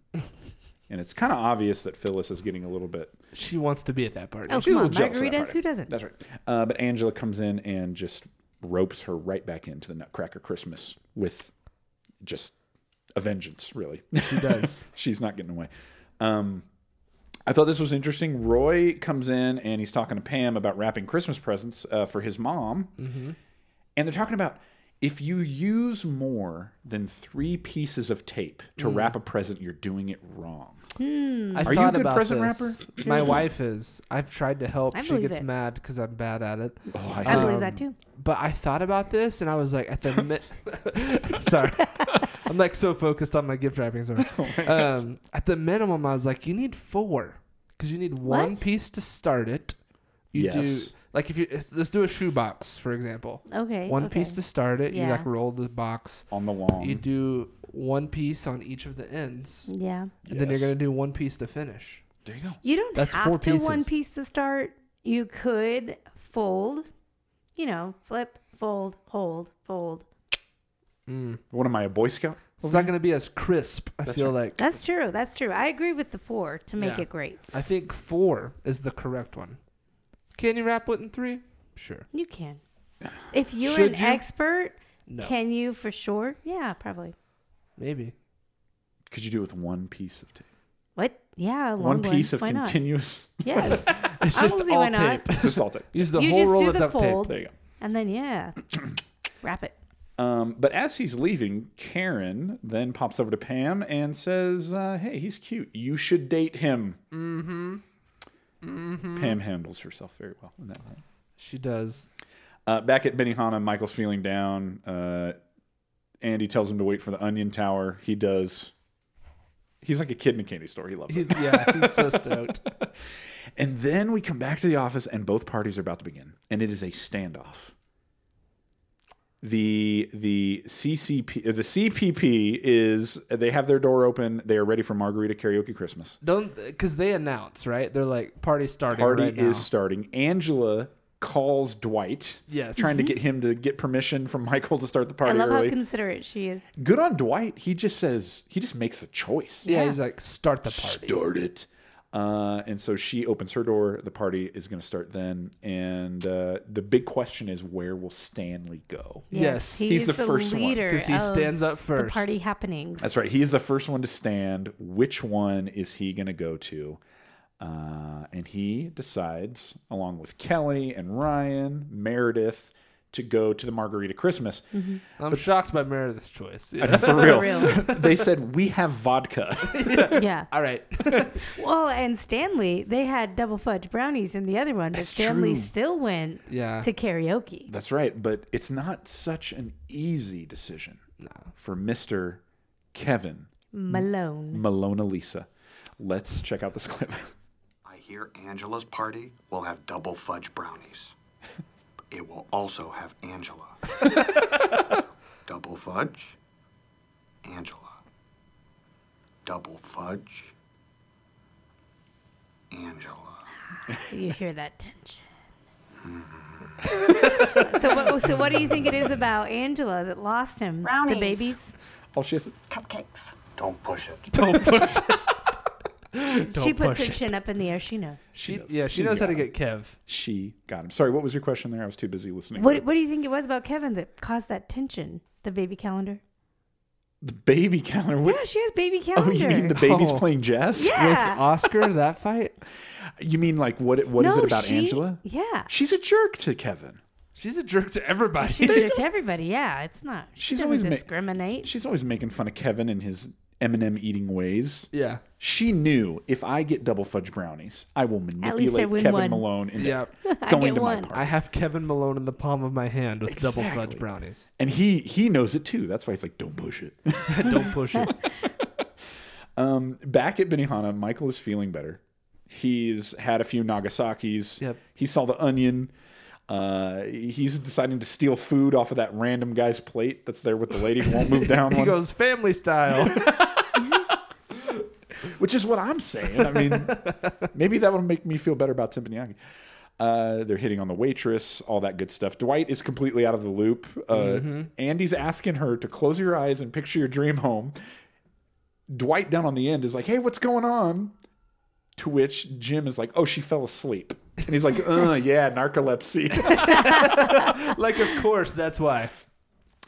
[SPEAKER 1] and it's kind of obvious that Phyllis is getting a little bit.
[SPEAKER 2] she wants to be at that party.
[SPEAKER 3] oh,
[SPEAKER 1] she's
[SPEAKER 3] come
[SPEAKER 1] a
[SPEAKER 3] on.
[SPEAKER 1] little jealous of that
[SPEAKER 3] Margaritas?
[SPEAKER 1] party.
[SPEAKER 3] Who doesn't?
[SPEAKER 1] That's right. Uh, but Angela comes in and just ropes her right back into the Nutcracker Christmas with just a vengeance, really.
[SPEAKER 2] She does.
[SPEAKER 1] she's not getting away. Um, I thought this was interesting. Roy comes in and he's talking to Pam about wrapping Christmas presents uh, for his mom,
[SPEAKER 3] Mm-hmm.
[SPEAKER 1] and they're talking about if you use more than three pieces of tape to
[SPEAKER 3] Mm.
[SPEAKER 1] wrap a present, you're doing it wrong.
[SPEAKER 2] I
[SPEAKER 1] Are you a
[SPEAKER 2] thought
[SPEAKER 1] good
[SPEAKER 2] about
[SPEAKER 1] present
[SPEAKER 2] this.
[SPEAKER 1] wrapper?
[SPEAKER 2] My wife is. I've tried to help.
[SPEAKER 3] I
[SPEAKER 2] she
[SPEAKER 3] believe
[SPEAKER 2] gets
[SPEAKER 3] it.
[SPEAKER 2] mad because I'm bad at it.
[SPEAKER 1] Oh, I
[SPEAKER 3] I believe
[SPEAKER 2] Um,
[SPEAKER 3] that too.
[SPEAKER 2] But I thought about this and I was like, at the mi- sorry, I'm like so focused on Oh my gift wrapping. Sorry. um, at the minimum, I was like, you need four because you need one
[SPEAKER 3] What?
[SPEAKER 2] piece to start it. You
[SPEAKER 1] Yes.
[SPEAKER 2] do like if you let's do a shoebox for example.
[SPEAKER 3] Okay.
[SPEAKER 2] One
[SPEAKER 3] okay.
[SPEAKER 2] piece to start it. You
[SPEAKER 3] Yeah.
[SPEAKER 2] like roll the box.
[SPEAKER 1] on the lawn.
[SPEAKER 2] You do one piece on each of the ends,
[SPEAKER 3] Yeah.
[SPEAKER 2] and then you're
[SPEAKER 1] Yes.
[SPEAKER 2] gonna do one piece to finish.
[SPEAKER 1] There you go.
[SPEAKER 3] You don't
[SPEAKER 2] That's
[SPEAKER 3] have
[SPEAKER 2] four
[SPEAKER 3] to one
[SPEAKER 2] pieces.
[SPEAKER 3] piece to start. You could fold, you know, flip, fold, hold, fold.
[SPEAKER 1] What am I, a Boy Scout?
[SPEAKER 2] It's not gonna be as crisp. I feel like.
[SPEAKER 3] That's true. That's true. I agree with the four to make
[SPEAKER 2] Yeah.
[SPEAKER 3] it great.
[SPEAKER 2] I think four is the correct one. Can you wrap it in three? Sure.
[SPEAKER 3] You can. If you're
[SPEAKER 2] Should
[SPEAKER 3] an
[SPEAKER 2] you?
[SPEAKER 3] expert,
[SPEAKER 2] No.
[SPEAKER 3] can you for sure? Yeah, probably.
[SPEAKER 2] Maybe.
[SPEAKER 1] Could you do it with one piece of tape?
[SPEAKER 3] What? Yeah, a long
[SPEAKER 1] One piece of
[SPEAKER 3] Why not?
[SPEAKER 1] continuous.
[SPEAKER 3] Yes.
[SPEAKER 2] It's
[SPEAKER 3] I don't
[SPEAKER 2] just
[SPEAKER 3] see
[SPEAKER 2] all
[SPEAKER 3] why not.
[SPEAKER 2] tape.
[SPEAKER 1] It's just all tape.
[SPEAKER 2] Use the
[SPEAKER 3] You
[SPEAKER 2] whole
[SPEAKER 3] just
[SPEAKER 2] roll
[SPEAKER 3] do
[SPEAKER 2] of
[SPEAKER 3] the
[SPEAKER 2] duct
[SPEAKER 3] fold.
[SPEAKER 2] tape.
[SPEAKER 1] There you go.
[SPEAKER 3] and then yeah, wrap it.
[SPEAKER 1] Um, but as he's leaving, Karen then pops over to Pam and says, uh, "Hey, he's cute. You should date him." Mm-hmm.
[SPEAKER 3] Mm-hmm.
[SPEAKER 1] Pam handles herself very well in that moment.
[SPEAKER 2] She does.
[SPEAKER 1] Uh, back at Benihana, Michael's feeling down. Uh, Andy tells him to wait for the Onion Tower. He does. He's like a kid in a candy store. He loves
[SPEAKER 2] He-
[SPEAKER 1] it.
[SPEAKER 2] yeah, he's so stoked.
[SPEAKER 1] And then we come back to the office, and both parties are about to begin, and it is a standoff. the the CCP uh, the CPP is they have their door open. They are ready for Margarita Karaoke Christmas.
[SPEAKER 2] Don't because they announce right. They're like party starting.
[SPEAKER 1] Party
[SPEAKER 2] right now.
[SPEAKER 1] is starting. Angela calls Dwight.
[SPEAKER 2] Yes.
[SPEAKER 1] Trying to get him to get permission from Michael to start the
[SPEAKER 3] Mm-hmm. I
[SPEAKER 1] party
[SPEAKER 3] love
[SPEAKER 1] early.
[SPEAKER 3] how considerate she is.
[SPEAKER 1] Good on Dwight. He just says he just makes the choice.
[SPEAKER 2] Yeah,
[SPEAKER 3] Yeah.
[SPEAKER 2] he's like start the party.
[SPEAKER 1] Start it. Uh, and so she opens her door. The party is going to start then. And uh, the big question is where will Stanley go?
[SPEAKER 2] Yes.
[SPEAKER 3] he's,
[SPEAKER 1] He's the
[SPEAKER 3] the,
[SPEAKER 1] first one,
[SPEAKER 3] leader.
[SPEAKER 2] Because he
[SPEAKER 3] of
[SPEAKER 2] stands up
[SPEAKER 3] The
[SPEAKER 2] first.
[SPEAKER 3] party happenings.
[SPEAKER 1] That's right. He's the first one to stand. Which one is he going to go to? Uh, and he decides, along with Kelly and Ryan, Meredith, to go to the Margarita Christmas.
[SPEAKER 2] I'm shocked by Meredith's choice. Yeah.
[SPEAKER 1] For real.
[SPEAKER 3] real.
[SPEAKER 1] they said, We have vodka.
[SPEAKER 3] yeah.
[SPEAKER 2] All right.
[SPEAKER 3] Well, and Stanley, they had double fudge brownies in the other one, but
[SPEAKER 1] That's
[SPEAKER 3] Stanley
[SPEAKER 1] true.
[SPEAKER 3] still went
[SPEAKER 2] Yeah.
[SPEAKER 3] to karaoke.
[SPEAKER 1] That's right. But it's not such an easy decision for Mr. Kevin
[SPEAKER 2] Mm.
[SPEAKER 3] Malone.
[SPEAKER 1] Malona Lisa. Let's check out this clip.
[SPEAKER 10] I hear Angela's party will have double fudge brownies. It will also have Angela. double fudge, Angela. Double fudge, Angela.
[SPEAKER 3] You hear that tension. so what so what do you think it is about Angela that lost him?
[SPEAKER 5] Brownies.
[SPEAKER 3] The babies?
[SPEAKER 1] All Oh, she has
[SPEAKER 5] Cupcakes.
[SPEAKER 10] Don't push it.
[SPEAKER 3] she
[SPEAKER 2] push
[SPEAKER 3] puts her
[SPEAKER 2] it.
[SPEAKER 3] chin up in the air, she knows.
[SPEAKER 2] She,
[SPEAKER 1] knows.
[SPEAKER 2] yeah, she,
[SPEAKER 1] She
[SPEAKER 2] knows how to
[SPEAKER 1] got
[SPEAKER 2] get Kev.
[SPEAKER 1] she got him. Sorry, what was your question there? I was too busy listening.
[SPEAKER 3] What what do you think it was about Kevin that caused that tension? The baby calendar?
[SPEAKER 1] the baby calendar. What,
[SPEAKER 3] Yeah, she has baby
[SPEAKER 1] Oh,
[SPEAKER 3] calendar.
[SPEAKER 1] you mean the babies
[SPEAKER 2] Oh.
[SPEAKER 1] playing jazz?
[SPEAKER 3] Yeah.
[SPEAKER 2] With Oscar, that fight,
[SPEAKER 1] You mean like what? What is
[SPEAKER 3] No,
[SPEAKER 1] it about
[SPEAKER 3] she-
[SPEAKER 1] Angela?
[SPEAKER 3] Yeah.
[SPEAKER 1] She's a jerk to Kevin.
[SPEAKER 2] she's a jerk to everybody.
[SPEAKER 3] She's a jerk to everybody. Yeah, it's not. She
[SPEAKER 1] She's
[SPEAKER 3] doesn't
[SPEAKER 1] always ma-
[SPEAKER 3] discriminate.
[SPEAKER 1] She's always making fun of Kevin and his Eminem eating ways.
[SPEAKER 2] Yeah.
[SPEAKER 1] She knew if I get double fudge brownies, I will
[SPEAKER 2] least I
[SPEAKER 1] manipulate
[SPEAKER 2] win
[SPEAKER 1] Kevin
[SPEAKER 2] one.
[SPEAKER 1] Malone into
[SPEAKER 2] Yeah.
[SPEAKER 1] going to my party.
[SPEAKER 2] I have Kevin Malone in the palm of my hand with double
[SPEAKER 1] Exactly.
[SPEAKER 2] fudge brownies.
[SPEAKER 1] And he he knows it too. That's why he's like, don't push it.
[SPEAKER 2] Don't push it.
[SPEAKER 1] um, back at Benihana, Michael is feeling better. He's had a few Nagasaki's.
[SPEAKER 2] Yep.
[SPEAKER 1] He saw the onion. Uh, he's deciding to steal food off of that random guy's plate that's there with the lady who won't move down.
[SPEAKER 2] he
[SPEAKER 1] one.
[SPEAKER 2] goes family style.
[SPEAKER 1] which is what I'm saying. I mean, maybe that would make me feel better about Timpaniaki. Uh, they're hitting on the waitress, all that good stuff. Dwight is completely out of the loop. Uh,
[SPEAKER 2] Mhm.
[SPEAKER 1] Andy's asking her to close your eyes and picture your dream home. Dwight down on the end is like, "Hey, what's going on?" To which Jim is like, "Oh, she fell asleep," and he's like, "Uh, yeah, narcolepsy."
[SPEAKER 2] like, of course, that's why.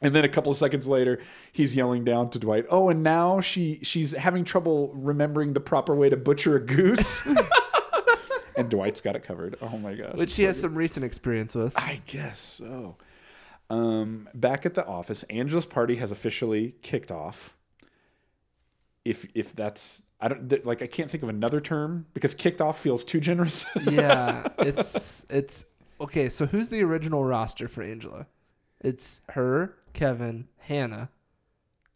[SPEAKER 1] And then a couple of seconds later, he's yelling down to Dwight, "Oh, and now she she's having trouble remembering the proper way to butcher a goose." and Dwight's got it covered. Oh my gosh.
[SPEAKER 2] Which he has some recent experience with.
[SPEAKER 1] I guess so. Um, back at the office, Angela's party has officially kicked off. If if that's I don't th- like I can't think of another term because kicked off feels too generous.
[SPEAKER 2] yeah, it's it's okay. So who's the original roster for Angela? It's her, Kevin, Hannah.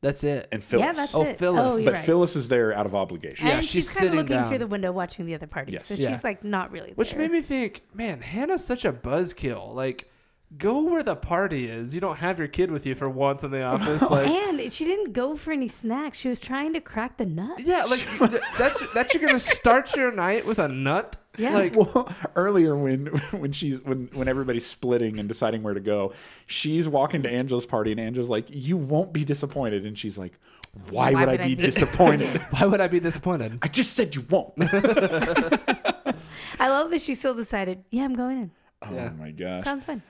[SPEAKER 2] That's it.
[SPEAKER 1] and Phyllis.
[SPEAKER 3] Yeah, that's
[SPEAKER 2] Oh,
[SPEAKER 3] it.
[SPEAKER 2] Phyllis.
[SPEAKER 3] Oh, you're
[SPEAKER 1] but
[SPEAKER 3] right.
[SPEAKER 1] Phyllis is there out of obligation.
[SPEAKER 2] Yeah,
[SPEAKER 3] and
[SPEAKER 2] she's
[SPEAKER 3] she's, kind of
[SPEAKER 2] sitting
[SPEAKER 3] looking through
[SPEAKER 2] down.
[SPEAKER 3] the window watching the other party.
[SPEAKER 1] Yes.
[SPEAKER 3] So
[SPEAKER 2] Yeah.
[SPEAKER 3] she's like not really
[SPEAKER 2] Which
[SPEAKER 3] there.
[SPEAKER 2] made me think, man, Hannah's such a buzzkill. Like, go where the party is. You don't have your kid with you for once in the office. Like,
[SPEAKER 3] and she didn't go for any snacks. She was trying to crack the nuts.
[SPEAKER 2] yeah, like th- that's that you're gonna start your night with a nut.
[SPEAKER 3] Yeah.
[SPEAKER 2] Like,
[SPEAKER 1] Well, earlier when when she's when when everybody's splitting and deciding where to go, she's walking to Angela's party and Angela's like, "You won't be disappointed," and she's like, "Why, would, I be disappointed?
[SPEAKER 2] why would I be disappointed?
[SPEAKER 1] I just said you won't." oh
[SPEAKER 3] I love that she still decided, yeah, I'm going in.
[SPEAKER 2] Yeah.
[SPEAKER 1] Oh my gosh.
[SPEAKER 3] Sounds fun.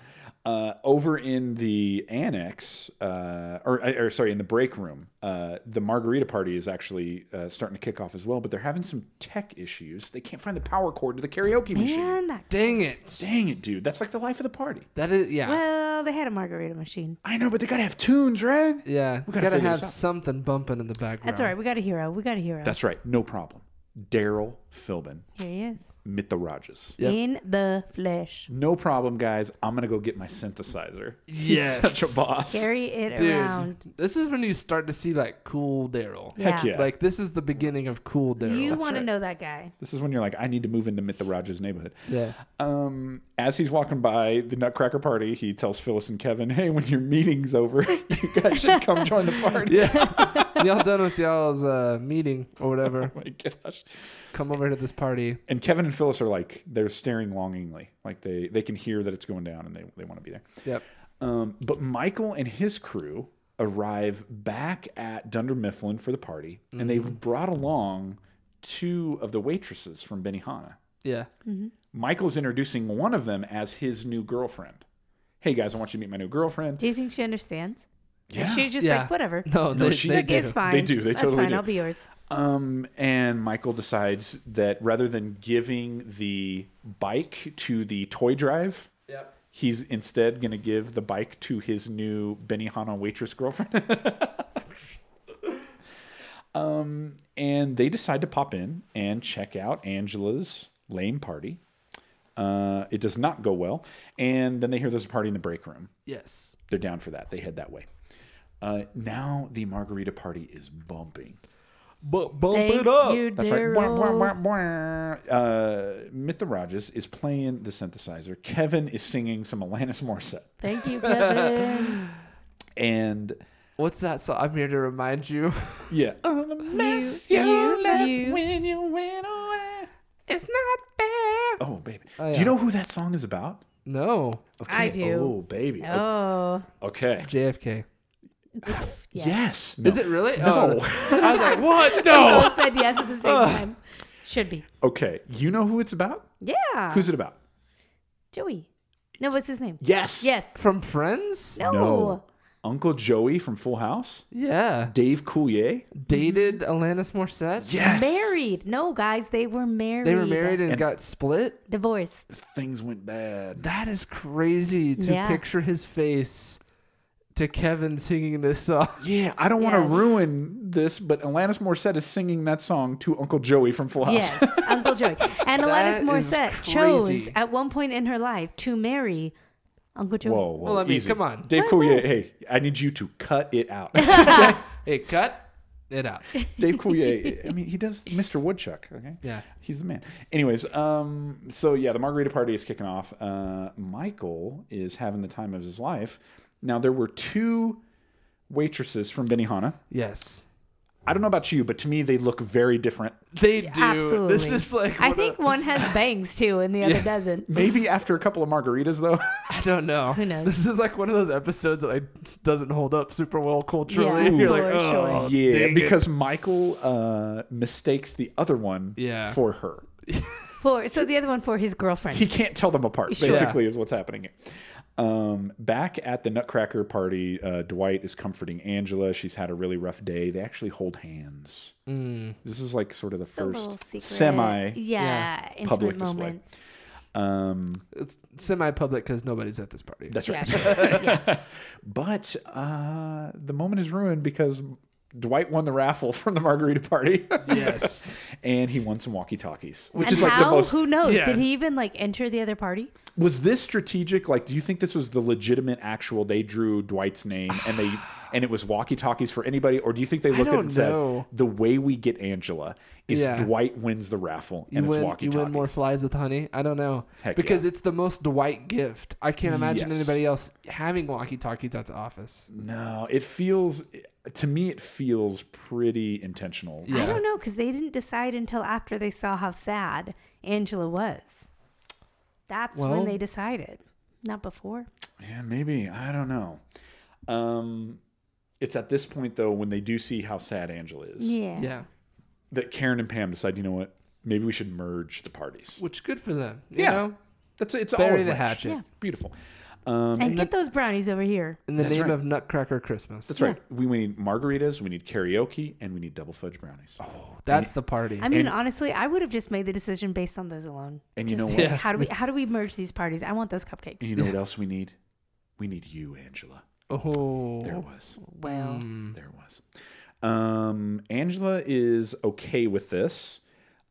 [SPEAKER 1] Uh, over in the annex, uh, or, or sorry, in the break room, uh, the margarita party is actually uh, starting to kick off as well, but they're having some tech issues. They can't find the power cord to the karaoke machine.
[SPEAKER 3] And I,
[SPEAKER 2] Dang it.
[SPEAKER 1] Dang it, dude! That's like the life of the party.
[SPEAKER 2] That is yeah.
[SPEAKER 3] well, they had a margarita machine.
[SPEAKER 1] I know, but they gotta have tunes, right?
[SPEAKER 2] yeah. We
[SPEAKER 1] gotta
[SPEAKER 2] gotta,
[SPEAKER 1] figure
[SPEAKER 2] have
[SPEAKER 1] this out.
[SPEAKER 2] something bumping in the background.
[SPEAKER 3] That's all right. We got a hero. We got a hero.
[SPEAKER 1] That's right. No problem. Daryl Philbin,
[SPEAKER 3] Here he is.
[SPEAKER 1] Mit the Rajas.
[SPEAKER 2] Yep.
[SPEAKER 3] In the flesh.
[SPEAKER 1] No problem, guys. I'm gonna go get my synthesizer.
[SPEAKER 2] Yes.
[SPEAKER 1] Such a boss.
[SPEAKER 3] Carry it
[SPEAKER 2] Dude,
[SPEAKER 3] around.
[SPEAKER 2] this is when you start to see like cool Daryl.
[SPEAKER 1] Heck yeah.
[SPEAKER 2] Like this is the beginning of cool Daryl.
[SPEAKER 3] You want to know that guy.
[SPEAKER 1] This is when you're like, I need to move into Mit the Rajas neighborhood.
[SPEAKER 2] Yeah.
[SPEAKER 1] Um, as he's walking by the Nutcracker party, he tells Phyllis and Kevin, "Hey, when your meeting's over, you guys should come join the party."
[SPEAKER 2] Yeah. y'all done with y'all's uh, meeting or whatever.
[SPEAKER 1] Oh my gosh.
[SPEAKER 2] Come over to this party.
[SPEAKER 1] And Kevin and Phyllis are like, they're staring longingly, like they they can hear that it's going down, and they they want to be there.
[SPEAKER 2] Yep.
[SPEAKER 1] Um, but Michael and his crew arrive back at Dunder Mifflin for the party, and they've brought along two of the waitresses from Benihana.
[SPEAKER 2] Yeah.
[SPEAKER 1] Michael's introducing one of them as his new girlfriend. Hey guys, I want you to meet my new girlfriend.
[SPEAKER 3] Do you think she understands?
[SPEAKER 1] Yeah.
[SPEAKER 3] She's just
[SPEAKER 2] yeah.
[SPEAKER 3] like, whatever.
[SPEAKER 2] No,
[SPEAKER 1] No,
[SPEAKER 2] they,
[SPEAKER 1] she-
[SPEAKER 2] they
[SPEAKER 1] Like,
[SPEAKER 2] do.
[SPEAKER 3] It's fine.
[SPEAKER 1] They do. They
[SPEAKER 3] That's
[SPEAKER 1] totally
[SPEAKER 3] fine.
[SPEAKER 1] do.
[SPEAKER 3] I'll be yours.
[SPEAKER 1] Um, and Michael decides that rather than giving the bike to the toy drive,
[SPEAKER 2] Yep.
[SPEAKER 1] he's instead going to give the bike to his new Benihana waitress girlfriend. um, and they decide to pop in and check out Angela's lame party. Uh, it does not go well. And then they hear there's a party in the break room.
[SPEAKER 2] Yes.
[SPEAKER 1] They're down for that. They head that way. Uh, now the margarita party is bumping.
[SPEAKER 2] But bump
[SPEAKER 3] Thank
[SPEAKER 2] it up.
[SPEAKER 3] you,
[SPEAKER 1] That's right.
[SPEAKER 3] Daryl.
[SPEAKER 1] Bwah, bwah, bwah, bwah. Uh, Mitha Rogers is playing the synthesizer. Kevin is singing some Alanis Morissette.
[SPEAKER 3] Thank you, Kevin.
[SPEAKER 1] And
[SPEAKER 2] What's that song? I'm here to remind you.
[SPEAKER 1] yeah. Oh, the mess you,
[SPEAKER 3] you,
[SPEAKER 1] left
[SPEAKER 3] you.
[SPEAKER 1] when you went away.
[SPEAKER 2] it's not fair.
[SPEAKER 1] Oh, baby.
[SPEAKER 2] Oh,
[SPEAKER 1] Do
[SPEAKER 2] yeah.
[SPEAKER 1] you know who that song is about?
[SPEAKER 2] No.
[SPEAKER 1] Okay.
[SPEAKER 3] I do.
[SPEAKER 1] Oh, baby. O-
[SPEAKER 3] oh.
[SPEAKER 1] Okay.
[SPEAKER 2] JFK.
[SPEAKER 1] Yes.
[SPEAKER 2] Is
[SPEAKER 1] No.
[SPEAKER 2] it really?
[SPEAKER 1] No.
[SPEAKER 2] Oh. I was like, what? No.
[SPEAKER 3] Both said yes at the same time. Should be.
[SPEAKER 1] Okay. You know who it's about?
[SPEAKER 3] Yeah.
[SPEAKER 1] Who's it about?
[SPEAKER 3] Joey? No, what's his name?
[SPEAKER 1] Yes.
[SPEAKER 3] Yes.
[SPEAKER 2] From Friends?
[SPEAKER 3] No.
[SPEAKER 1] No. Uncle Joey from Full House.
[SPEAKER 2] Yeah.
[SPEAKER 1] Dave Coulier.
[SPEAKER 2] Dated Alanis Morissette?
[SPEAKER 1] Yes.
[SPEAKER 3] Married. No, guys, they were married.
[SPEAKER 2] They were married and,
[SPEAKER 1] And-
[SPEAKER 2] got split?
[SPEAKER 3] Divorced.
[SPEAKER 1] Things went bad.
[SPEAKER 2] That is crazy to
[SPEAKER 3] Yeah.
[SPEAKER 2] picture his face to Kevin singing this song.
[SPEAKER 1] Yeah, I don't want
[SPEAKER 2] Yes.
[SPEAKER 1] to ruin this, but Alanis Morissette is singing that song to Uncle Joey from Full House.
[SPEAKER 3] Yes, Uncle Joey. And
[SPEAKER 2] That
[SPEAKER 3] Alanis
[SPEAKER 2] is
[SPEAKER 3] Morissette chose
[SPEAKER 1] crazy.
[SPEAKER 3] at one point in her life to marry Uncle Joey.
[SPEAKER 1] Whoa, whoa,
[SPEAKER 2] Well, I mean,
[SPEAKER 1] easy.
[SPEAKER 2] come on.
[SPEAKER 1] Dave Coulier. Hey, I need you to cut it out.
[SPEAKER 2] Hey, cut it out.
[SPEAKER 1] Dave Coulier. I mean, he does Mr. Woodchuck. Okay.
[SPEAKER 2] Yeah.
[SPEAKER 1] He's the man. Anyways, um, so yeah, the margarita party is kicking off. Uh, Michael is having the time of his life. Now there were two waitresses from Benihana.
[SPEAKER 2] Yes.
[SPEAKER 1] I don't know about you, but to me they look very different.
[SPEAKER 2] They do.
[SPEAKER 3] Absolutely.
[SPEAKER 2] This is like
[SPEAKER 3] I
[SPEAKER 2] one
[SPEAKER 3] think
[SPEAKER 2] of-
[SPEAKER 3] one has bangs too, and the other doesn't.
[SPEAKER 1] Maybe after a couple of margaritas though.
[SPEAKER 2] I don't know. Who
[SPEAKER 3] knows?
[SPEAKER 2] This is like one of those episodes that like s- doesn't hold up super well culturally.
[SPEAKER 3] Yeah,
[SPEAKER 2] You're like,
[SPEAKER 3] for sure.
[SPEAKER 2] oh,
[SPEAKER 1] yeah,
[SPEAKER 2] dang it."
[SPEAKER 1] because Michael uh, mistakes the other one
[SPEAKER 2] Yeah.
[SPEAKER 1] for her.
[SPEAKER 3] For so the other one for his girlfriend.
[SPEAKER 1] he can't tell them apart
[SPEAKER 3] Sure.
[SPEAKER 1] basically is what's happening here um, back at the nutcracker party uh, dwight is comforting angela she's had a really rough day they actually hold hands this is like sort of the
[SPEAKER 3] It's a little
[SPEAKER 1] first
[SPEAKER 3] secret.
[SPEAKER 1] semi
[SPEAKER 3] yeah, intimate
[SPEAKER 1] public display
[SPEAKER 3] moment.
[SPEAKER 1] um,
[SPEAKER 2] it's semi-public because nobody's at this party.
[SPEAKER 1] that's
[SPEAKER 3] Yeah,
[SPEAKER 1] right
[SPEAKER 3] sure.
[SPEAKER 1] but uh, the moment is ruined because dwight won the raffle from the margarita party
[SPEAKER 2] yes.
[SPEAKER 1] and he won some walkie-talkies which
[SPEAKER 3] and
[SPEAKER 1] is like
[SPEAKER 3] how?
[SPEAKER 1] the most
[SPEAKER 3] Who knows?
[SPEAKER 2] Yeah.
[SPEAKER 3] Did he even like enter the other party?
[SPEAKER 1] was this strategic like do you think this was the legitimate actual they drew dwight's name and they and it was walkie talkies for anybody or do you think they looked at it
[SPEAKER 2] don't
[SPEAKER 1] and said
[SPEAKER 2] know.
[SPEAKER 1] the way we get angela is
[SPEAKER 2] Yeah.
[SPEAKER 1] dwight wins the raffle
[SPEAKER 2] You
[SPEAKER 1] and it's
[SPEAKER 2] win,
[SPEAKER 1] walkie
[SPEAKER 2] you win more
[SPEAKER 1] talkies
[SPEAKER 2] flies with honey. I don't know
[SPEAKER 1] Heck
[SPEAKER 2] because
[SPEAKER 1] yeah.
[SPEAKER 2] it's the most Dwight gift. I can't imagine
[SPEAKER 1] Yes.
[SPEAKER 2] anybody else having walkie talkies at the office.
[SPEAKER 1] no it feels to me it feels pretty intentional
[SPEAKER 3] I don't know because they didn't decide until after they saw how sad Angela was. That's
[SPEAKER 2] Well-
[SPEAKER 3] when they decided, not before.
[SPEAKER 1] yeah maybe i don't know um it's at this point though when they do see how sad angela is
[SPEAKER 3] Yeah.
[SPEAKER 2] Yeah,
[SPEAKER 1] that karen and pam decide you know what maybe we should merge the parties
[SPEAKER 2] which good for them. You
[SPEAKER 1] Yeah.
[SPEAKER 2] know,
[SPEAKER 1] that's it's all
[SPEAKER 2] bury
[SPEAKER 1] of
[SPEAKER 2] the
[SPEAKER 1] Lynch.
[SPEAKER 2] hatchet
[SPEAKER 3] Yeah.
[SPEAKER 1] beautiful um
[SPEAKER 3] And get those brownies over here.
[SPEAKER 2] in the
[SPEAKER 1] That's
[SPEAKER 2] name
[SPEAKER 1] right.
[SPEAKER 2] of Nutcracker Christmas.
[SPEAKER 1] That's right. We, we need margaritas, we need karaoke, and we need double fudge brownies.
[SPEAKER 2] Oh, That's the party.
[SPEAKER 3] I mean,
[SPEAKER 1] And-
[SPEAKER 3] honestly, I would have just made the decision based on those alone.
[SPEAKER 1] And you
[SPEAKER 3] Just
[SPEAKER 1] know what?
[SPEAKER 3] like,
[SPEAKER 2] Yeah.
[SPEAKER 3] How do we how do we merge these parties? I want those cupcakes.
[SPEAKER 1] And you know what else we need? We need you, Angela.
[SPEAKER 2] oh, Mm.
[SPEAKER 1] There it was.
[SPEAKER 3] well,
[SPEAKER 1] There it was. Um, Angela is okay with this.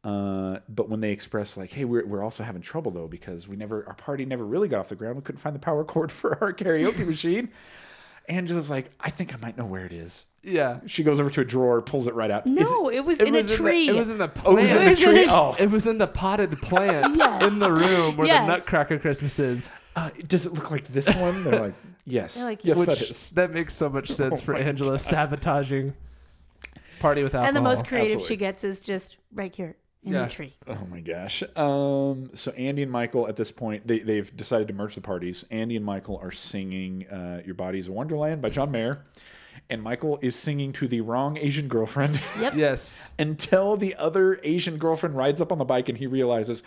[SPEAKER 1] Uh, but when they express like, "Hey, we're, we're also having trouble though because we never our party never really got off the ground. We couldn't find the power cord for our karaoke machine." Angela's like, "I think I might know where it is."
[SPEAKER 2] yeah.
[SPEAKER 1] She goes over to a drawer, pulls it right out.
[SPEAKER 3] no, it was in
[SPEAKER 2] was
[SPEAKER 3] a tree.
[SPEAKER 2] In the, it was in the
[SPEAKER 1] Oh, is
[SPEAKER 2] plant.
[SPEAKER 1] it in
[SPEAKER 3] It
[SPEAKER 1] the
[SPEAKER 3] was in
[SPEAKER 1] tree?
[SPEAKER 3] a-
[SPEAKER 1] Oh,
[SPEAKER 2] It was in the potted plant
[SPEAKER 3] Yes.
[SPEAKER 2] in the room where
[SPEAKER 3] Yes.
[SPEAKER 2] the Nutcracker Christmas is,
[SPEAKER 1] uh, does it look like this one? They're like, yes,
[SPEAKER 3] They're like,
[SPEAKER 1] yes,
[SPEAKER 2] which
[SPEAKER 1] that is. Oh
[SPEAKER 2] that makes so much sense for
[SPEAKER 1] my
[SPEAKER 2] Angela sabotaging party with alcohol.
[SPEAKER 3] and the most creative
[SPEAKER 1] Absolutely.
[SPEAKER 3] she gets is just right here in
[SPEAKER 2] Oh, Yeah.
[SPEAKER 3] the tree.
[SPEAKER 1] Oh my gosh. Um, so Andy and Michael at this point, they, they've decided to merge the parties. Andy and Michael are singing uh, "Your Body's a Wonderland" by John Mayer, and Michael is singing to the wrong Asian girlfriend
[SPEAKER 2] Yes.
[SPEAKER 1] until the other Asian girlfriend rides up on the bike and he realizes,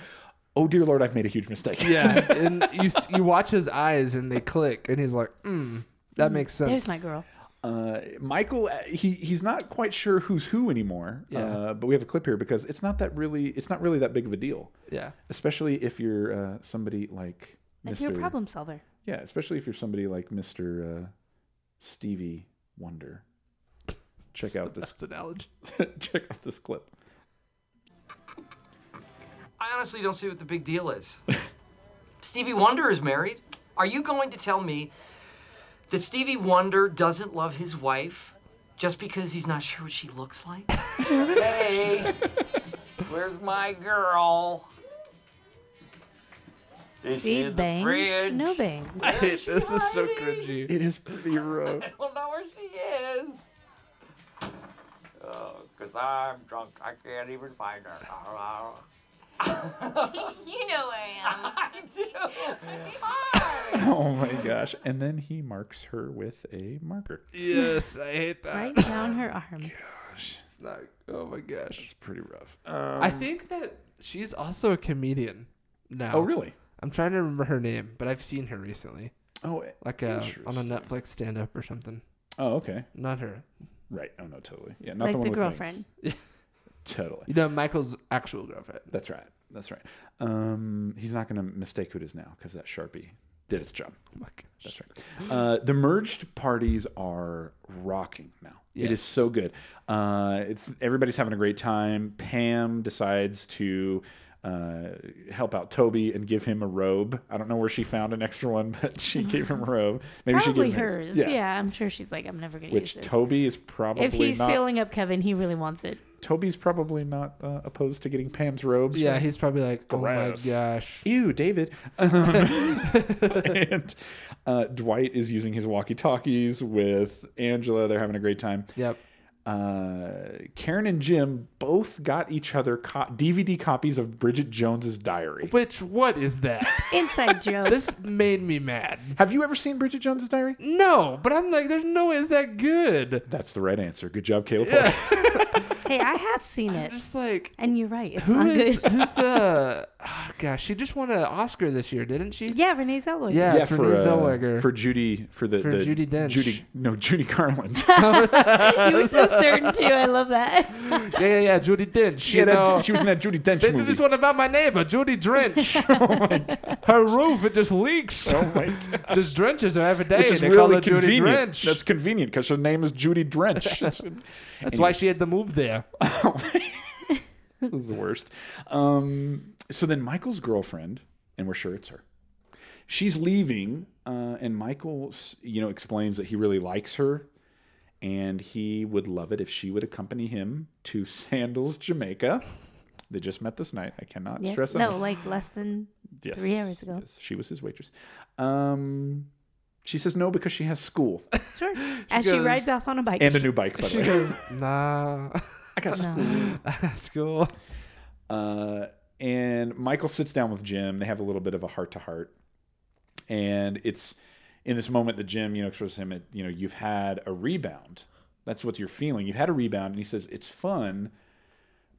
[SPEAKER 1] "Oh dear Lord, I've made a huge mistake."
[SPEAKER 2] Yeah, and you s- you watch his eyes and they click, and he's like, mm, "That makes sense."
[SPEAKER 3] There's my girl.
[SPEAKER 1] Uh, Michael, uh, he he's not quite sure who's who anymore.
[SPEAKER 2] Yeah.
[SPEAKER 1] Uh, but we have a clip here because it's not that really it's not really that big of a deal.
[SPEAKER 2] Yeah,
[SPEAKER 1] especially if you're uh, somebody like
[SPEAKER 3] If you're a
[SPEAKER 1] Mr.
[SPEAKER 3] problem solver.
[SPEAKER 1] Yeah, especially if you're somebody like Mr. Uh, Stevie Wonder. Check out this
[SPEAKER 2] analogy.
[SPEAKER 1] check out this clip.
[SPEAKER 9] I honestly don't see what the big deal is. Stevie Wonder is married. Are you going to tell me that Stevie Wonder doesn't love his wife just because he's not sure what she looks like? hey, where's my girl?
[SPEAKER 7] Is she
[SPEAKER 3] See
[SPEAKER 7] in the
[SPEAKER 3] bangs?
[SPEAKER 9] fridge.
[SPEAKER 3] No bangs.
[SPEAKER 2] I hate this. Is so cringy.
[SPEAKER 1] It is pretty rough.
[SPEAKER 9] I don't know where she is.
[SPEAKER 8] Oh, because I'm drunk. I can't even find her.
[SPEAKER 11] You know where I am.
[SPEAKER 9] I do.
[SPEAKER 1] oh my gosh. And then he marks her with a marker.
[SPEAKER 2] Yes, I hate that.
[SPEAKER 3] Right down her arm.
[SPEAKER 2] It's not, oh my gosh.
[SPEAKER 1] It's pretty rough.
[SPEAKER 2] I think that she's also a comedian now.
[SPEAKER 1] oh really?
[SPEAKER 2] I'm trying to remember her name, but I've seen her recently,
[SPEAKER 1] Oh
[SPEAKER 2] like uh on a
[SPEAKER 1] Interesting.
[SPEAKER 2] Netflix stand-up or something.
[SPEAKER 1] Oh okay.
[SPEAKER 2] Not her.
[SPEAKER 1] Right. Oh no, totally. Yeah, not
[SPEAKER 3] Like
[SPEAKER 1] the one
[SPEAKER 3] the,
[SPEAKER 1] with bangs.
[SPEAKER 3] girlfriend.
[SPEAKER 1] Totally.
[SPEAKER 2] You know, Michael's actual girlfriend.
[SPEAKER 1] That's right. That's right. Um, he's not going to mistake who it is now because that Sharpie did its job. Oh my gosh. That's right. Uh, the merged parties are rocking now. It is so good. Uh, it's, everybody's having a great time. Pam decides to uh, help out Toby and give him a robe. I don't know where she found an extra one, but she gave him a robe. Maybe
[SPEAKER 3] probably
[SPEAKER 1] she gave him
[SPEAKER 3] hers.
[SPEAKER 1] His.
[SPEAKER 3] Yeah. I'm sure she's like, I'm never gonna
[SPEAKER 1] Which
[SPEAKER 3] use this.
[SPEAKER 1] Toby is probably
[SPEAKER 3] if he's
[SPEAKER 1] not.
[SPEAKER 3] filling up Kevin, he really wants it.
[SPEAKER 1] Toby's probably not uh, opposed to getting Pam's robes.
[SPEAKER 2] Yeah,
[SPEAKER 1] right?
[SPEAKER 2] he's probably like, oh my
[SPEAKER 1] Gross.
[SPEAKER 2] gosh.
[SPEAKER 1] Ew, David. and uh, Dwight is using his walkie talkies with Angela. They're having a great time.
[SPEAKER 2] Yep.
[SPEAKER 1] Uh, Karen and Jim both got each other co- DVD copies of Bridget Jones's Diary.
[SPEAKER 2] Which, what is that?
[SPEAKER 3] Inside joke.
[SPEAKER 2] this made me mad.
[SPEAKER 1] Have you ever seen Bridget Jones's Diary?
[SPEAKER 2] No, but I'm like, there's no way it's that good.
[SPEAKER 1] That's the right answer. Good job, Caleb.
[SPEAKER 3] Hey, I have seen it.
[SPEAKER 2] Just like,
[SPEAKER 3] and you're right. It's
[SPEAKER 2] who
[SPEAKER 3] not
[SPEAKER 2] is,
[SPEAKER 3] good.
[SPEAKER 2] who's the, oh gosh, she just won an Oscar this year, didn't she?
[SPEAKER 3] yeah, Renee Zellweger.
[SPEAKER 2] Yeah.
[SPEAKER 1] yeah,
[SPEAKER 2] for
[SPEAKER 1] for
[SPEAKER 2] Renee
[SPEAKER 1] uh,
[SPEAKER 2] Zellweger.
[SPEAKER 1] for Judy for the
[SPEAKER 2] For
[SPEAKER 1] the-
[SPEAKER 2] Judi Dench.
[SPEAKER 1] Judy no Judy Garland.
[SPEAKER 3] you were so certain too. I love that.
[SPEAKER 2] Yeah, yeah, yeah, Judy Dench.
[SPEAKER 1] she, had
[SPEAKER 2] you
[SPEAKER 1] that-
[SPEAKER 2] know.
[SPEAKER 1] she was in that Judy
[SPEAKER 2] They
[SPEAKER 1] Dench
[SPEAKER 2] did this
[SPEAKER 1] movie.
[SPEAKER 2] one about my neighbor, Judy Drench. Her roof, it just leaks.
[SPEAKER 1] Oh my god.
[SPEAKER 2] Just drenches her every day.
[SPEAKER 1] Which
[SPEAKER 2] and
[SPEAKER 1] is
[SPEAKER 2] they call
[SPEAKER 1] really
[SPEAKER 2] her Judy
[SPEAKER 1] convenient.
[SPEAKER 2] Drench.
[SPEAKER 1] That's
[SPEAKER 2] That's,
[SPEAKER 1] convenient because her name is Judy Drench. That's
[SPEAKER 2] why she had to move there.
[SPEAKER 1] This is the worst. Um, so then Michael's girlfriend, and we're sure it's her, she's leaving, uh, and Michael, s- you know, explains that he really likes her, and he would love it if she would accompany him to Sandals, Jamaica. They just met this night. I cannot
[SPEAKER 3] Yes.
[SPEAKER 1] stress
[SPEAKER 3] No,
[SPEAKER 1] enough.
[SPEAKER 3] like less than
[SPEAKER 1] Yes.
[SPEAKER 3] three hours ago.
[SPEAKER 1] Yes, She was his waitress. Um, she says no because she has school
[SPEAKER 3] Sure. As she
[SPEAKER 2] goes-
[SPEAKER 3] rides off on a bike.
[SPEAKER 1] and a new bike. By the
[SPEAKER 2] She
[SPEAKER 1] way,
[SPEAKER 2] goes, nah.
[SPEAKER 1] I got school.
[SPEAKER 3] No.
[SPEAKER 2] That's cool.
[SPEAKER 1] Uh, and Michael sits down with Jim. They have a little bit of a heart to heart, and it's in this moment that Jim, you know, expresses to him, that, you know, you've had a rebound. That's what you're feeling. You've had a rebound, and he says it's fun,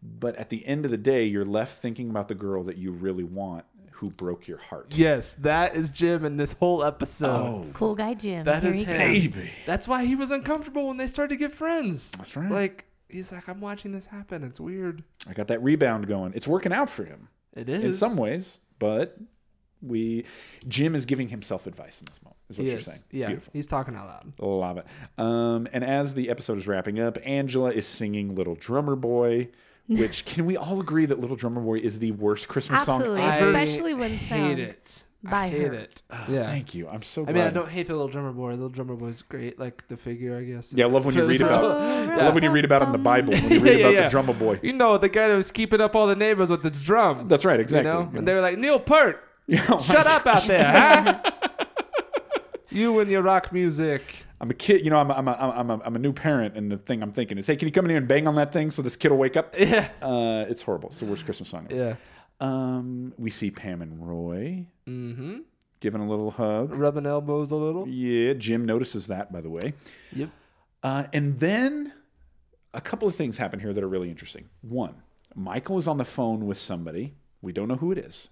[SPEAKER 1] but at the end of the day, you're left thinking about the girl that you really want, who broke your heart.
[SPEAKER 2] Yes, that is Jim in this whole episode.
[SPEAKER 1] Oh,
[SPEAKER 3] Cool guy Jim.
[SPEAKER 2] that
[SPEAKER 3] Here
[SPEAKER 2] is
[SPEAKER 3] he
[SPEAKER 2] him.
[SPEAKER 3] comes.
[SPEAKER 2] That's why he was uncomfortable when they started to get friends.
[SPEAKER 1] That's right.
[SPEAKER 2] Like, he's like, I'm watching this happen. It's weird.
[SPEAKER 1] I got that rebound going. It's working out for him
[SPEAKER 2] It is.
[SPEAKER 1] in some ways, but we Jim is giving himself advice in this moment. Is what
[SPEAKER 2] He
[SPEAKER 1] you're
[SPEAKER 2] is.
[SPEAKER 1] saying?
[SPEAKER 2] Yeah,
[SPEAKER 1] Beautiful.
[SPEAKER 2] he's talking out loud.
[SPEAKER 1] Love it. Um, and as the episode is wrapping up, Angela is singing Little Drummer Boy, which can we all agree that Little Drummer Boy is the worst Christmas
[SPEAKER 3] Absolutely.
[SPEAKER 1] song?
[SPEAKER 3] I Especially when
[SPEAKER 2] hate
[SPEAKER 3] sung
[SPEAKER 2] it.
[SPEAKER 3] by
[SPEAKER 2] I hate
[SPEAKER 3] her.
[SPEAKER 2] it.
[SPEAKER 1] Yeah.
[SPEAKER 2] yeah.
[SPEAKER 1] Thank you. I'm so
[SPEAKER 2] I
[SPEAKER 1] glad.
[SPEAKER 2] mean, I don't hate the little drummer boy. The little drummer boy's great, like the figure, I guess.
[SPEAKER 1] Yeah, I love when you
[SPEAKER 2] For-
[SPEAKER 1] read
[SPEAKER 2] for-
[SPEAKER 1] about. I love when you read about it in the Bible. When you
[SPEAKER 2] Yeah,
[SPEAKER 1] read
[SPEAKER 2] yeah,
[SPEAKER 1] about
[SPEAKER 2] yeah.
[SPEAKER 1] the drummer boy.
[SPEAKER 2] You know, the guy that was keeping up all the neighbors with his drum.
[SPEAKER 1] That's right.
[SPEAKER 2] you
[SPEAKER 1] Exactly.
[SPEAKER 2] know,
[SPEAKER 1] You
[SPEAKER 2] and
[SPEAKER 1] know.
[SPEAKER 2] they were like, Neil Peart,
[SPEAKER 1] Yeah, oh my
[SPEAKER 2] shut up
[SPEAKER 1] God.
[SPEAKER 2] out there, huh? you and your rock music.
[SPEAKER 1] I'm a kid. You know, I'm a, I'm a, I'm a, I'm a new parent, and the thing I'm thinking is, hey, can you come in here and bang on that thing so this kid will wake up?
[SPEAKER 2] Yeah,
[SPEAKER 1] Uh, it's horrible. It's the worst Christmas song. Ever.
[SPEAKER 2] yeah.
[SPEAKER 1] Um, we see Pam and Roy
[SPEAKER 2] Mm-hmm.
[SPEAKER 1] giving a little hug.
[SPEAKER 2] Rubbing elbows a little.
[SPEAKER 1] Yeah, Jim notices that, by the way.
[SPEAKER 2] Yep.
[SPEAKER 1] Uh, and then a couple of things happen here that are really interesting. One, Michael is on the phone with somebody. We don't know who it is,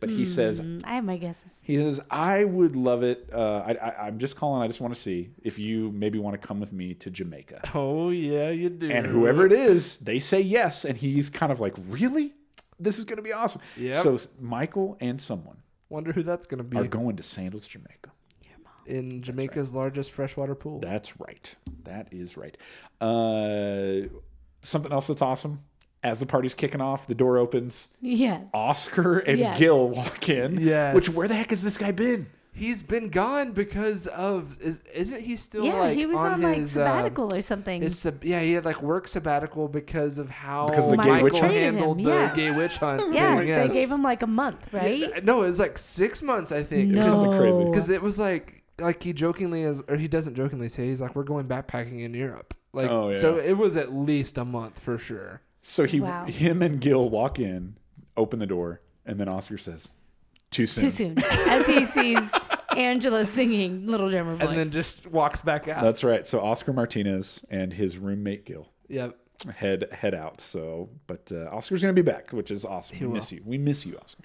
[SPEAKER 1] but he says,
[SPEAKER 2] Hmm.
[SPEAKER 3] Mm, I have my guesses.
[SPEAKER 1] he says, I would love it. Uh, I, I, I'm just calling. I just want to see if you maybe want to come with me to Jamaica.
[SPEAKER 2] Oh yeah, you do.
[SPEAKER 1] And whoever it is, they say yes. And he's kind of like, really? This is going to be awesome.
[SPEAKER 2] Yep.
[SPEAKER 1] So Michael and someone
[SPEAKER 2] Wonder who that's gonna be
[SPEAKER 1] are going to Sandals, Jamaica.
[SPEAKER 2] in Jamaica's largest freshwater pool.
[SPEAKER 1] That's right. That is right. Uh, something else that's awesome. As the party's kicking off, the door opens.
[SPEAKER 3] Yeah.
[SPEAKER 1] Oscar and
[SPEAKER 3] Yes.
[SPEAKER 1] Gil walk in.
[SPEAKER 2] Yes.
[SPEAKER 1] Which where the heck has this guy been?
[SPEAKER 2] He's been gone because of is, isn't he still
[SPEAKER 3] Yeah,
[SPEAKER 2] like
[SPEAKER 3] he was on,
[SPEAKER 2] on,
[SPEAKER 3] like
[SPEAKER 1] uh,
[SPEAKER 2] his, um,
[SPEAKER 3] sabbatical or something.
[SPEAKER 2] His sab- yeah, he had like work sabbatical because of how
[SPEAKER 1] Because of the gay
[SPEAKER 2] Michael
[SPEAKER 1] witch hunt?
[SPEAKER 3] Treated him,
[SPEAKER 2] handled
[SPEAKER 3] yes.
[SPEAKER 2] the gay witch hunt.
[SPEAKER 3] yes,
[SPEAKER 2] thing, Uh,
[SPEAKER 3] they gave him like a month, right?
[SPEAKER 2] No, it was like six months, I think.
[SPEAKER 1] Isn't it crazy?
[SPEAKER 3] No.
[SPEAKER 2] because it was like like he jokingly is or he doesn't jokingly say he's like we're going backpacking in Europe. Like
[SPEAKER 1] Oh, yeah.
[SPEAKER 2] so, it was at least a month for sure.
[SPEAKER 1] So he,
[SPEAKER 3] Wow.
[SPEAKER 1] him and Gil walk in, open the door, and then Oscar says, "Too soon."
[SPEAKER 3] Too soon. As he sees Angela singing Little Drummer Boy.
[SPEAKER 2] And then just walks back out.
[SPEAKER 1] That's right. So Oscar Martinez and his roommate Gil
[SPEAKER 2] yep.
[SPEAKER 1] head head out. So, but uh, Oscar's gonna be back, which is awesome. we
[SPEAKER 2] will.
[SPEAKER 1] miss you. We miss you, Oscar.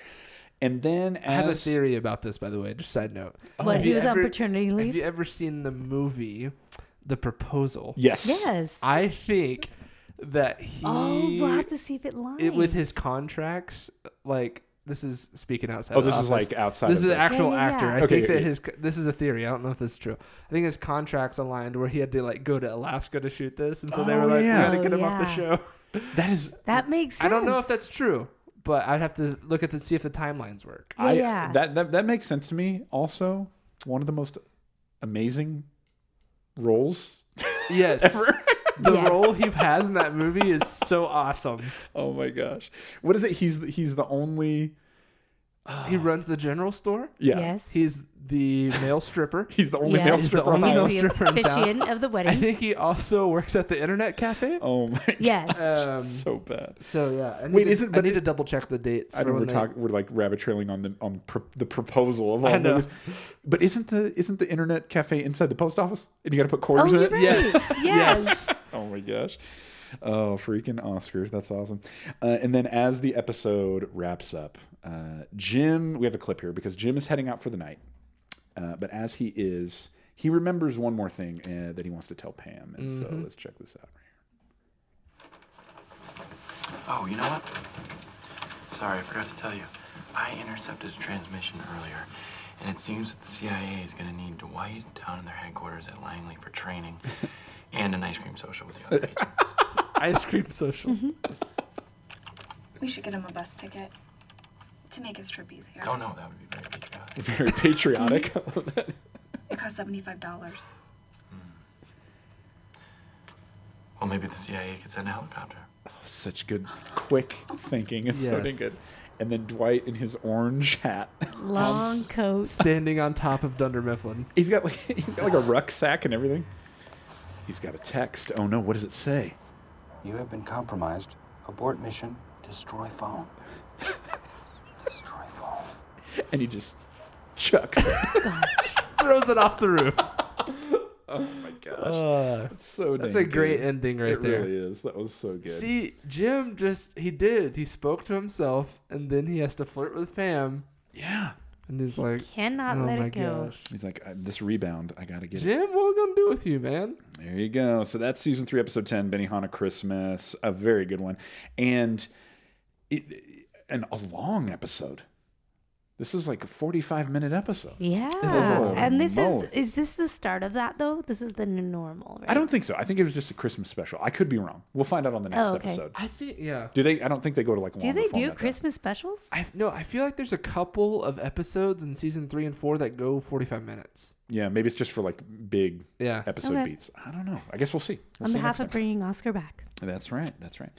[SPEAKER 1] And then as
[SPEAKER 2] I have a theory about this, by the way. Just side note.
[SPEAKER 3] What,
[SPEAKER 2] Have Oh,
[SPEAKER 3] he
[SPEAKER 2] you
[SPEAKER 3] was on
[SPEAKER 2] ever-
[SPEAKER 3] paternity
[SPEAKER 2] Have
[SPEAKER 3] leave?
[SPEAKER 2] you ever seen the movie, The Proposal?
[SPEAKER 1] yes,
[SPEAKER 3] yes.
[SPEAKER 2] I think that he
[SPEAKER 3] oh, we'll have to see if it lines.
[SPEAKER 2] it, with his contracts, like This is speaking outside.
[SPEAKER 1] Oh,
[SPEAKER 2] of the
[SPEAKER 1] this is,
[SPEAKER 2] office.
[SPEAKER 1] like, outside
[SPEAKER 2] This
[SPEAKER 1] of
[SPEAKER 2] is an
[SPEAKER 1] the-
[SPEAKER 2] actual
[SPEAKER 1] Yeah, yeah,
[SPEAKER 2] actor.
[SPEAKER 1] yeah.
[SPEAKER 2] I
[SPEAKER 1] Okay,
[SPEAKER 2] think
[SPEAKER 1] yeah,
[SPEAKER 2] that
[SPEAKER 1] yeah.
[SPEAKER 2] his this is a theory. I don't know if this is true. I think his contracts aligned where he had to like go to Alaska to shoot this, and so they
[SPEAKER 1] Oh,
[SPEAKER 2] were like,
[SPEAKER 1] yeah.
[SPEAKER 2] "We got to get
[SPEAKER 1] Oh,
[SPEAKER 2] him off the
[SPEAKER 1] yeah.
[SPEAKER 2] show."
[SPEAKER 1] That is
[SPEAKER 3] That makes sense.
[SPEAKER 2] I don't know if that's true, but I'd have to look at the see if the timelines work. Uh,
[SPEAKER 1] I that, that that makes sense to me. Also, one of the most amazing roles.
[SPEAKER 2] Yes. The role he has in that movie is so awesome.
[SPEAKER 1] Oh my gosh. What is it? He's he's the only
[SPEAKER 2] He runs the general store.
[SPEAKER 1] Yeah. Yes.
[SPEAKER 2] He's the male stripper.
[SPEAKER 1] He's the
[SPEAKER 3] only Yes. male
[SPEAKER 2] He's the
[SPEAKER 1] stripper in
[SPEAKER 2] only
[SPEAKER 1] town.
[SPEAKER 2] male
[SPEAKER 3] He's the
[SPEAKER 2] stripper in town.
[SPEAKER 3] officiant of the wedding.
[SPEAKER 2] I think he also works at the internet cafe. Um,
[SPEAKER 1] Oh
[SPEAKER 2] uh,
[SPEAKER 1] my
[SPEAKER 3] Yes.
[SPEAKER 1] gosh. so bad.
[SPEAKER 2] So yeah, I need
[SPEAKER 1] Wait,
[SPEAKER 2] to,
[SPEAKER 1] is it-
[SPEAKER 2] I
[SPEAKER 1] but
[SPEAKER 2] need
[SPEAKER 1] it-
[SPEAKER 2] to double check the dates.
[SPEAKER 1] I
[SPEAKER 2] for
[SPEAKER 1] know we're
[SPEAKER 2] when they-
[SPEAKER 1] talking. We're like rabbit trailing on the on pr- the proposal of
[SPEAKER 2] I
[SPEAKER 1] all
[SPEAKER 2] know.
[SPEAKER 1] movies, but isn't the isn't the internet cafe inside the post office? And you got to put quarters
[SPEAKER 2] Oh,
[SPEAKER 1] in
[SPEAKER 2] you're
[SPEAKER 1] it.
[SPEAKER 2] right. Yes. Yes.
[SPEAKER 1] oh my gosh. Oh freaking Oscars! That's awesome. Uh, and then as the episode wraps up, uh, Jim, we have a clip here because Jim is heading out for the night. Uh, but as he is, he remembers one more thing uh, that he wants to tell Pam, and so
[SPEAKER 7] Mhm.
[SPEAKER 1] let's check this out.
[SPEAKER 7] Oh, you know what? Sorry, I forgot to tell you. I intercepted a transmission earlier, and it seems that the CIA is going to need Dwight down in their headquarters at Langley for training and an ice cream social with the other agents.
[SPEAKER 2] Ice cream
[SPEAKER 1] Mm-hmm.
[SPEAKER 2] social.
[SPEAKER 12] We should get him a bus ticket to make his trip easier.
[SPEAKER 7] Oh, no, that would be very patriotic.
[SPEAKER 1] Very patriotic.
[SPEAKER 12] It costs seventy-five dollars.
[SPEAKER 7] Well, maybe the CIA could send a helicopter.
[SPEAKER 1] Such good, quick thinking. It's so dang
[SPEAKER 2] Yes.
[SPEAKER 1] good. And then Dwight in his orange hat.
[SPEAKER 3] Long coat.
[SPEAKER 2] Standing on top of Dunder Mifflin.
[SPEAKER 1] He's got like he's got like a rucksack and everything. He's got a text. Oh no, what does it say?
[SPEAKER 13] You have been compromised. Abort mission. Destroy phone. destroy phone.
[SPEAKER 1] And he just chucks it.
[SPEAKER 2] Just throws it off the roof.
[SPEAKER 1] oh my gosh.
[SPEAKER 2] Uh,
[SPEAKER 1] that's so
[SPEAKER 2] that's
[SPEAKER 1] dang
[SPEAKER 2] a great
[SPEAKER 1] good.
[SPEAKER 2] ending
[SPEAKER 1] Oh,
[SPEAKER 2] right
[SPEAKER 1] it
[SPEAKER 2] there.
[SPEAKER 1] really is. That was so good.
[SPEAKER 2] See, Jim just he did. He spoke to himself, and then he has to flirt with Pam.
[SPEAKER 1] Yeah.
[SPEAKER 2] And he's like,
[SPEAKER 3] cannot
[SPEAKER 2] oh
[SPEAKER 3] let
[SPEAKER 2] my
[SPEAKER 3] it go.
[SPEAKER 2] Gosh.
[SPEAKER 1] He's like, "I- this rebound, I gotta get it.
[SPEAKER 2] Jim, what are we gonna do with you, man?
[SPEAKER 1] There you go. So that's season three, episode ten, Benihana Christmas. A very good one, and it, and a long episode. This is like a forty-five minute episode.
[SPEAKER 3] Yeah.
[SPEAKER 1] Oh,
[SPEAKER 3] and this
[SPEAKER 1] moly.
[SPEAKER 3] is is this the start of that though? This is the new normal, right?
[SPEAKER 1] I don't think so. I think it was just a Christmas special. I could be wrong. We'll find out on the next
[SPEAKER 3] Oh, okay.
[SPEAKER 1] episode.
[SPEAKER 2] I think yeah.
[SPEAKER 1] Do they? I don't think they go to like.
[SPEAKER 3] Do
[SPEAKER 1] longer
[SPEAKER 3] they
[SPEAKER 1] format,
[SPEAKER 3] do
[SPEAKER 1] though.
[SPEAKER 3] Christmas specials?
[SPEAKER 2] I no, I feel like there's a couple of episodes in season three and four that go 45 minutes.
[SPEAKER 1] Yeah, maybe it's just for like big
[SPEAKER 2] Yeah.
[SPEAKER 1] episode
[SPEAKER 3] Okay.
[SPEAKER 1] beats. I don't know. I guess we'll see. We'll
[SPEAKER 3] On
[SPEAKER 1] see
[SPEAKER 3] behalf
[SPEAKER 1] next
[SPEAKER 3] of bringing Oscar back.
[SPEAKER 1] time. That's right. That's right.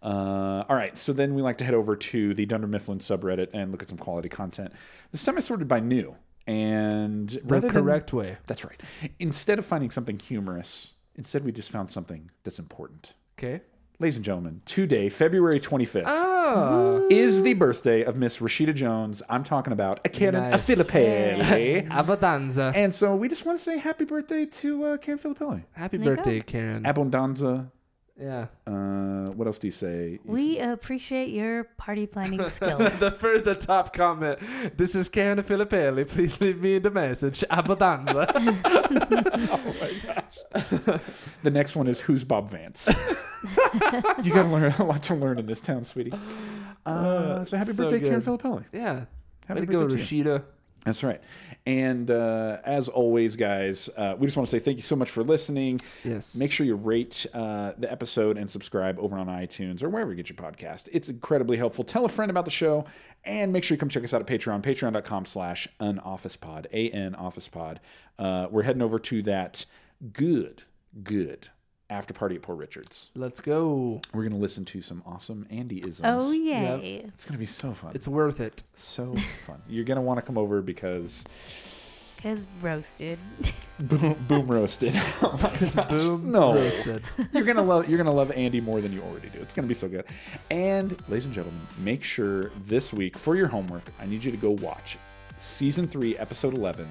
[SPEAKER 1] Uh, all right. So then we like to head over to the Dunder Mifflin subreddit and look at some quality content. This time I sorted by new and rather than-
[SPEAKER 2] correct way.
[SPEAKER 1] That's right. Instead of finding something humorous, instead we just found something that's important.
[SPEAKER 2] Okay.
[SPEAKER 1] Ladies and gentlemen, today, February 25th,
[SPEAKER 2] Oh.
[SPEAKER 1] is the birthday of Miss Rashida Jones. I'm talking about a Karen
[SPEAKER 2] Nice.
[SPEAKER 1] a Filippelli.
[SPEAKER 2] Abadanza.
[SPEAKER 1] And so we just want to say happy birthday to uh, Karen Filippelli.
[SPEAKER 2] Happy
[SPEAKER 3] There you
[SPEAKER 2] birthday,
[SPEAKER 3] go.
[SPEAKER 2] Karen.
[SPEAKER 1] Abundanza.
[SPEAKER 2] yeah.
[SPEAKER 1] Uh, what else do you say?
[SPEAKER 3] We appreciate your party planning skills.
[SPEAKER 2] the, for the top comment, this is Karen Filippelli. Please leave me the message. Abadanza.
[SPEAKER 1] The next one is who's Bob Vance? you got to learn a lot to learn in this town, sweetie. Uh, so happy birthday, Karen Filippelli.
[SPEAKER 2] Yeah.
[SPEAKER 1] Happy
[SPEAKER 2] Way to go,
[SPEAKER 1] birthday to
[SPEAKER 2] Rashida.
[SPEAKER 1] That's right. And uh, as always, guys, uh, we just want to say thank you so much for listening.
[SPEAKER 2] Yes.
[SPEAKER 1] Make sure you rate uh, the episode and subscribe over on iTunes or wherever you get your podcast. It's incredibly helpful. Tell a friend about the show and make sure you come check us out at Patreon, patreon.com slash unofficepod, A-N office pod. Uh, we're heading over to that good, good after party at Poor Richards.
[SPEAKER 2] Let's go.
[SPEAKER 1] We're going to listen to some awesome Andyisms.
[SPEAKER 3] Oh yay.
[SPEAKER 1] It's going to be so fun.
[SPEAKER 2] It's worth it.
[SPEAKER 1] so fun. You're going to want to come over because...
[SPEAKER 3] Cause roasted.
[SPEAKER 1] boom, boom roasted. Oh my gosh.
[SPEAKER 2] boom
[SPEAKER 1] no.
[SPEAKER 2] roasted.
[SPEAKER 1] You're gonna love you're gonna love Andy more than you already do. It's gonna be so good. And ladies and gentlemen, make sure this week for your homework, I need you to go watch season three, episode eleven,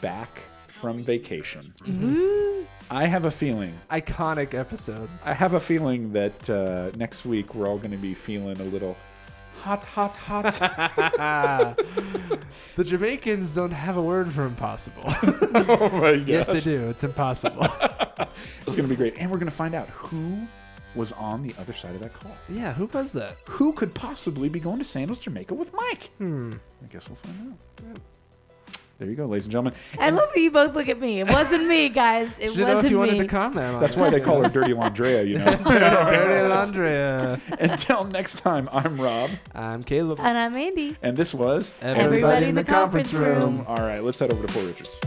[SPEAKER 1] back from vacation. Mm-hmm. I have a feeling.
[SPEAKER 2] Iconic episode.
[SPEAKER 1] I have a feeling that uh, next week we're all gonna be feeling a little hot, hot, hot.
[SPEAKER 2] The Jamaicans don't have a word for impossible.
[SPEAKER 1] oh my
[SPEAKER 2] yes, they do. It's impossible.
[SPEAKER 1] It's going to be great. And we're going to find out who was on the other side of that call.
[SPEAKER 2] Yeah, who was that?
[SPEAKER 1] Who could possibly be going to Sandals, Jamaica with Mike?
[SPEAKER 2] Hmm.
[SPEAKER 1] I guess we'll find out. There you go, ladies and gentlemen.
[SPEAKER 3] I love that you both look at me. It wasn't me, guys. It
[SPEAKER 1] Should know if
[SPEAKER 3] wasn't
[SPEAKER 1] you
[SPEAKER 3] me.
[SPEAKER 1] wanted to
[SPEAKER 2] comment.
[SPEAKER 1] That's why they call her Dirty Landrea, you know.
[SPEAKER 2] Dirty Landrea.
[SPEAKER 1] Until next time, I'm Rob.
[SPEAKER 2] I'm Caleb.
[SPEAKER 3] And I'm Andy.
[SPEAKER 1] And this was
[SPEAKER 2] Everybody in the conference room.
[SPEAKER 1] All right, let's head over to Poor Richards.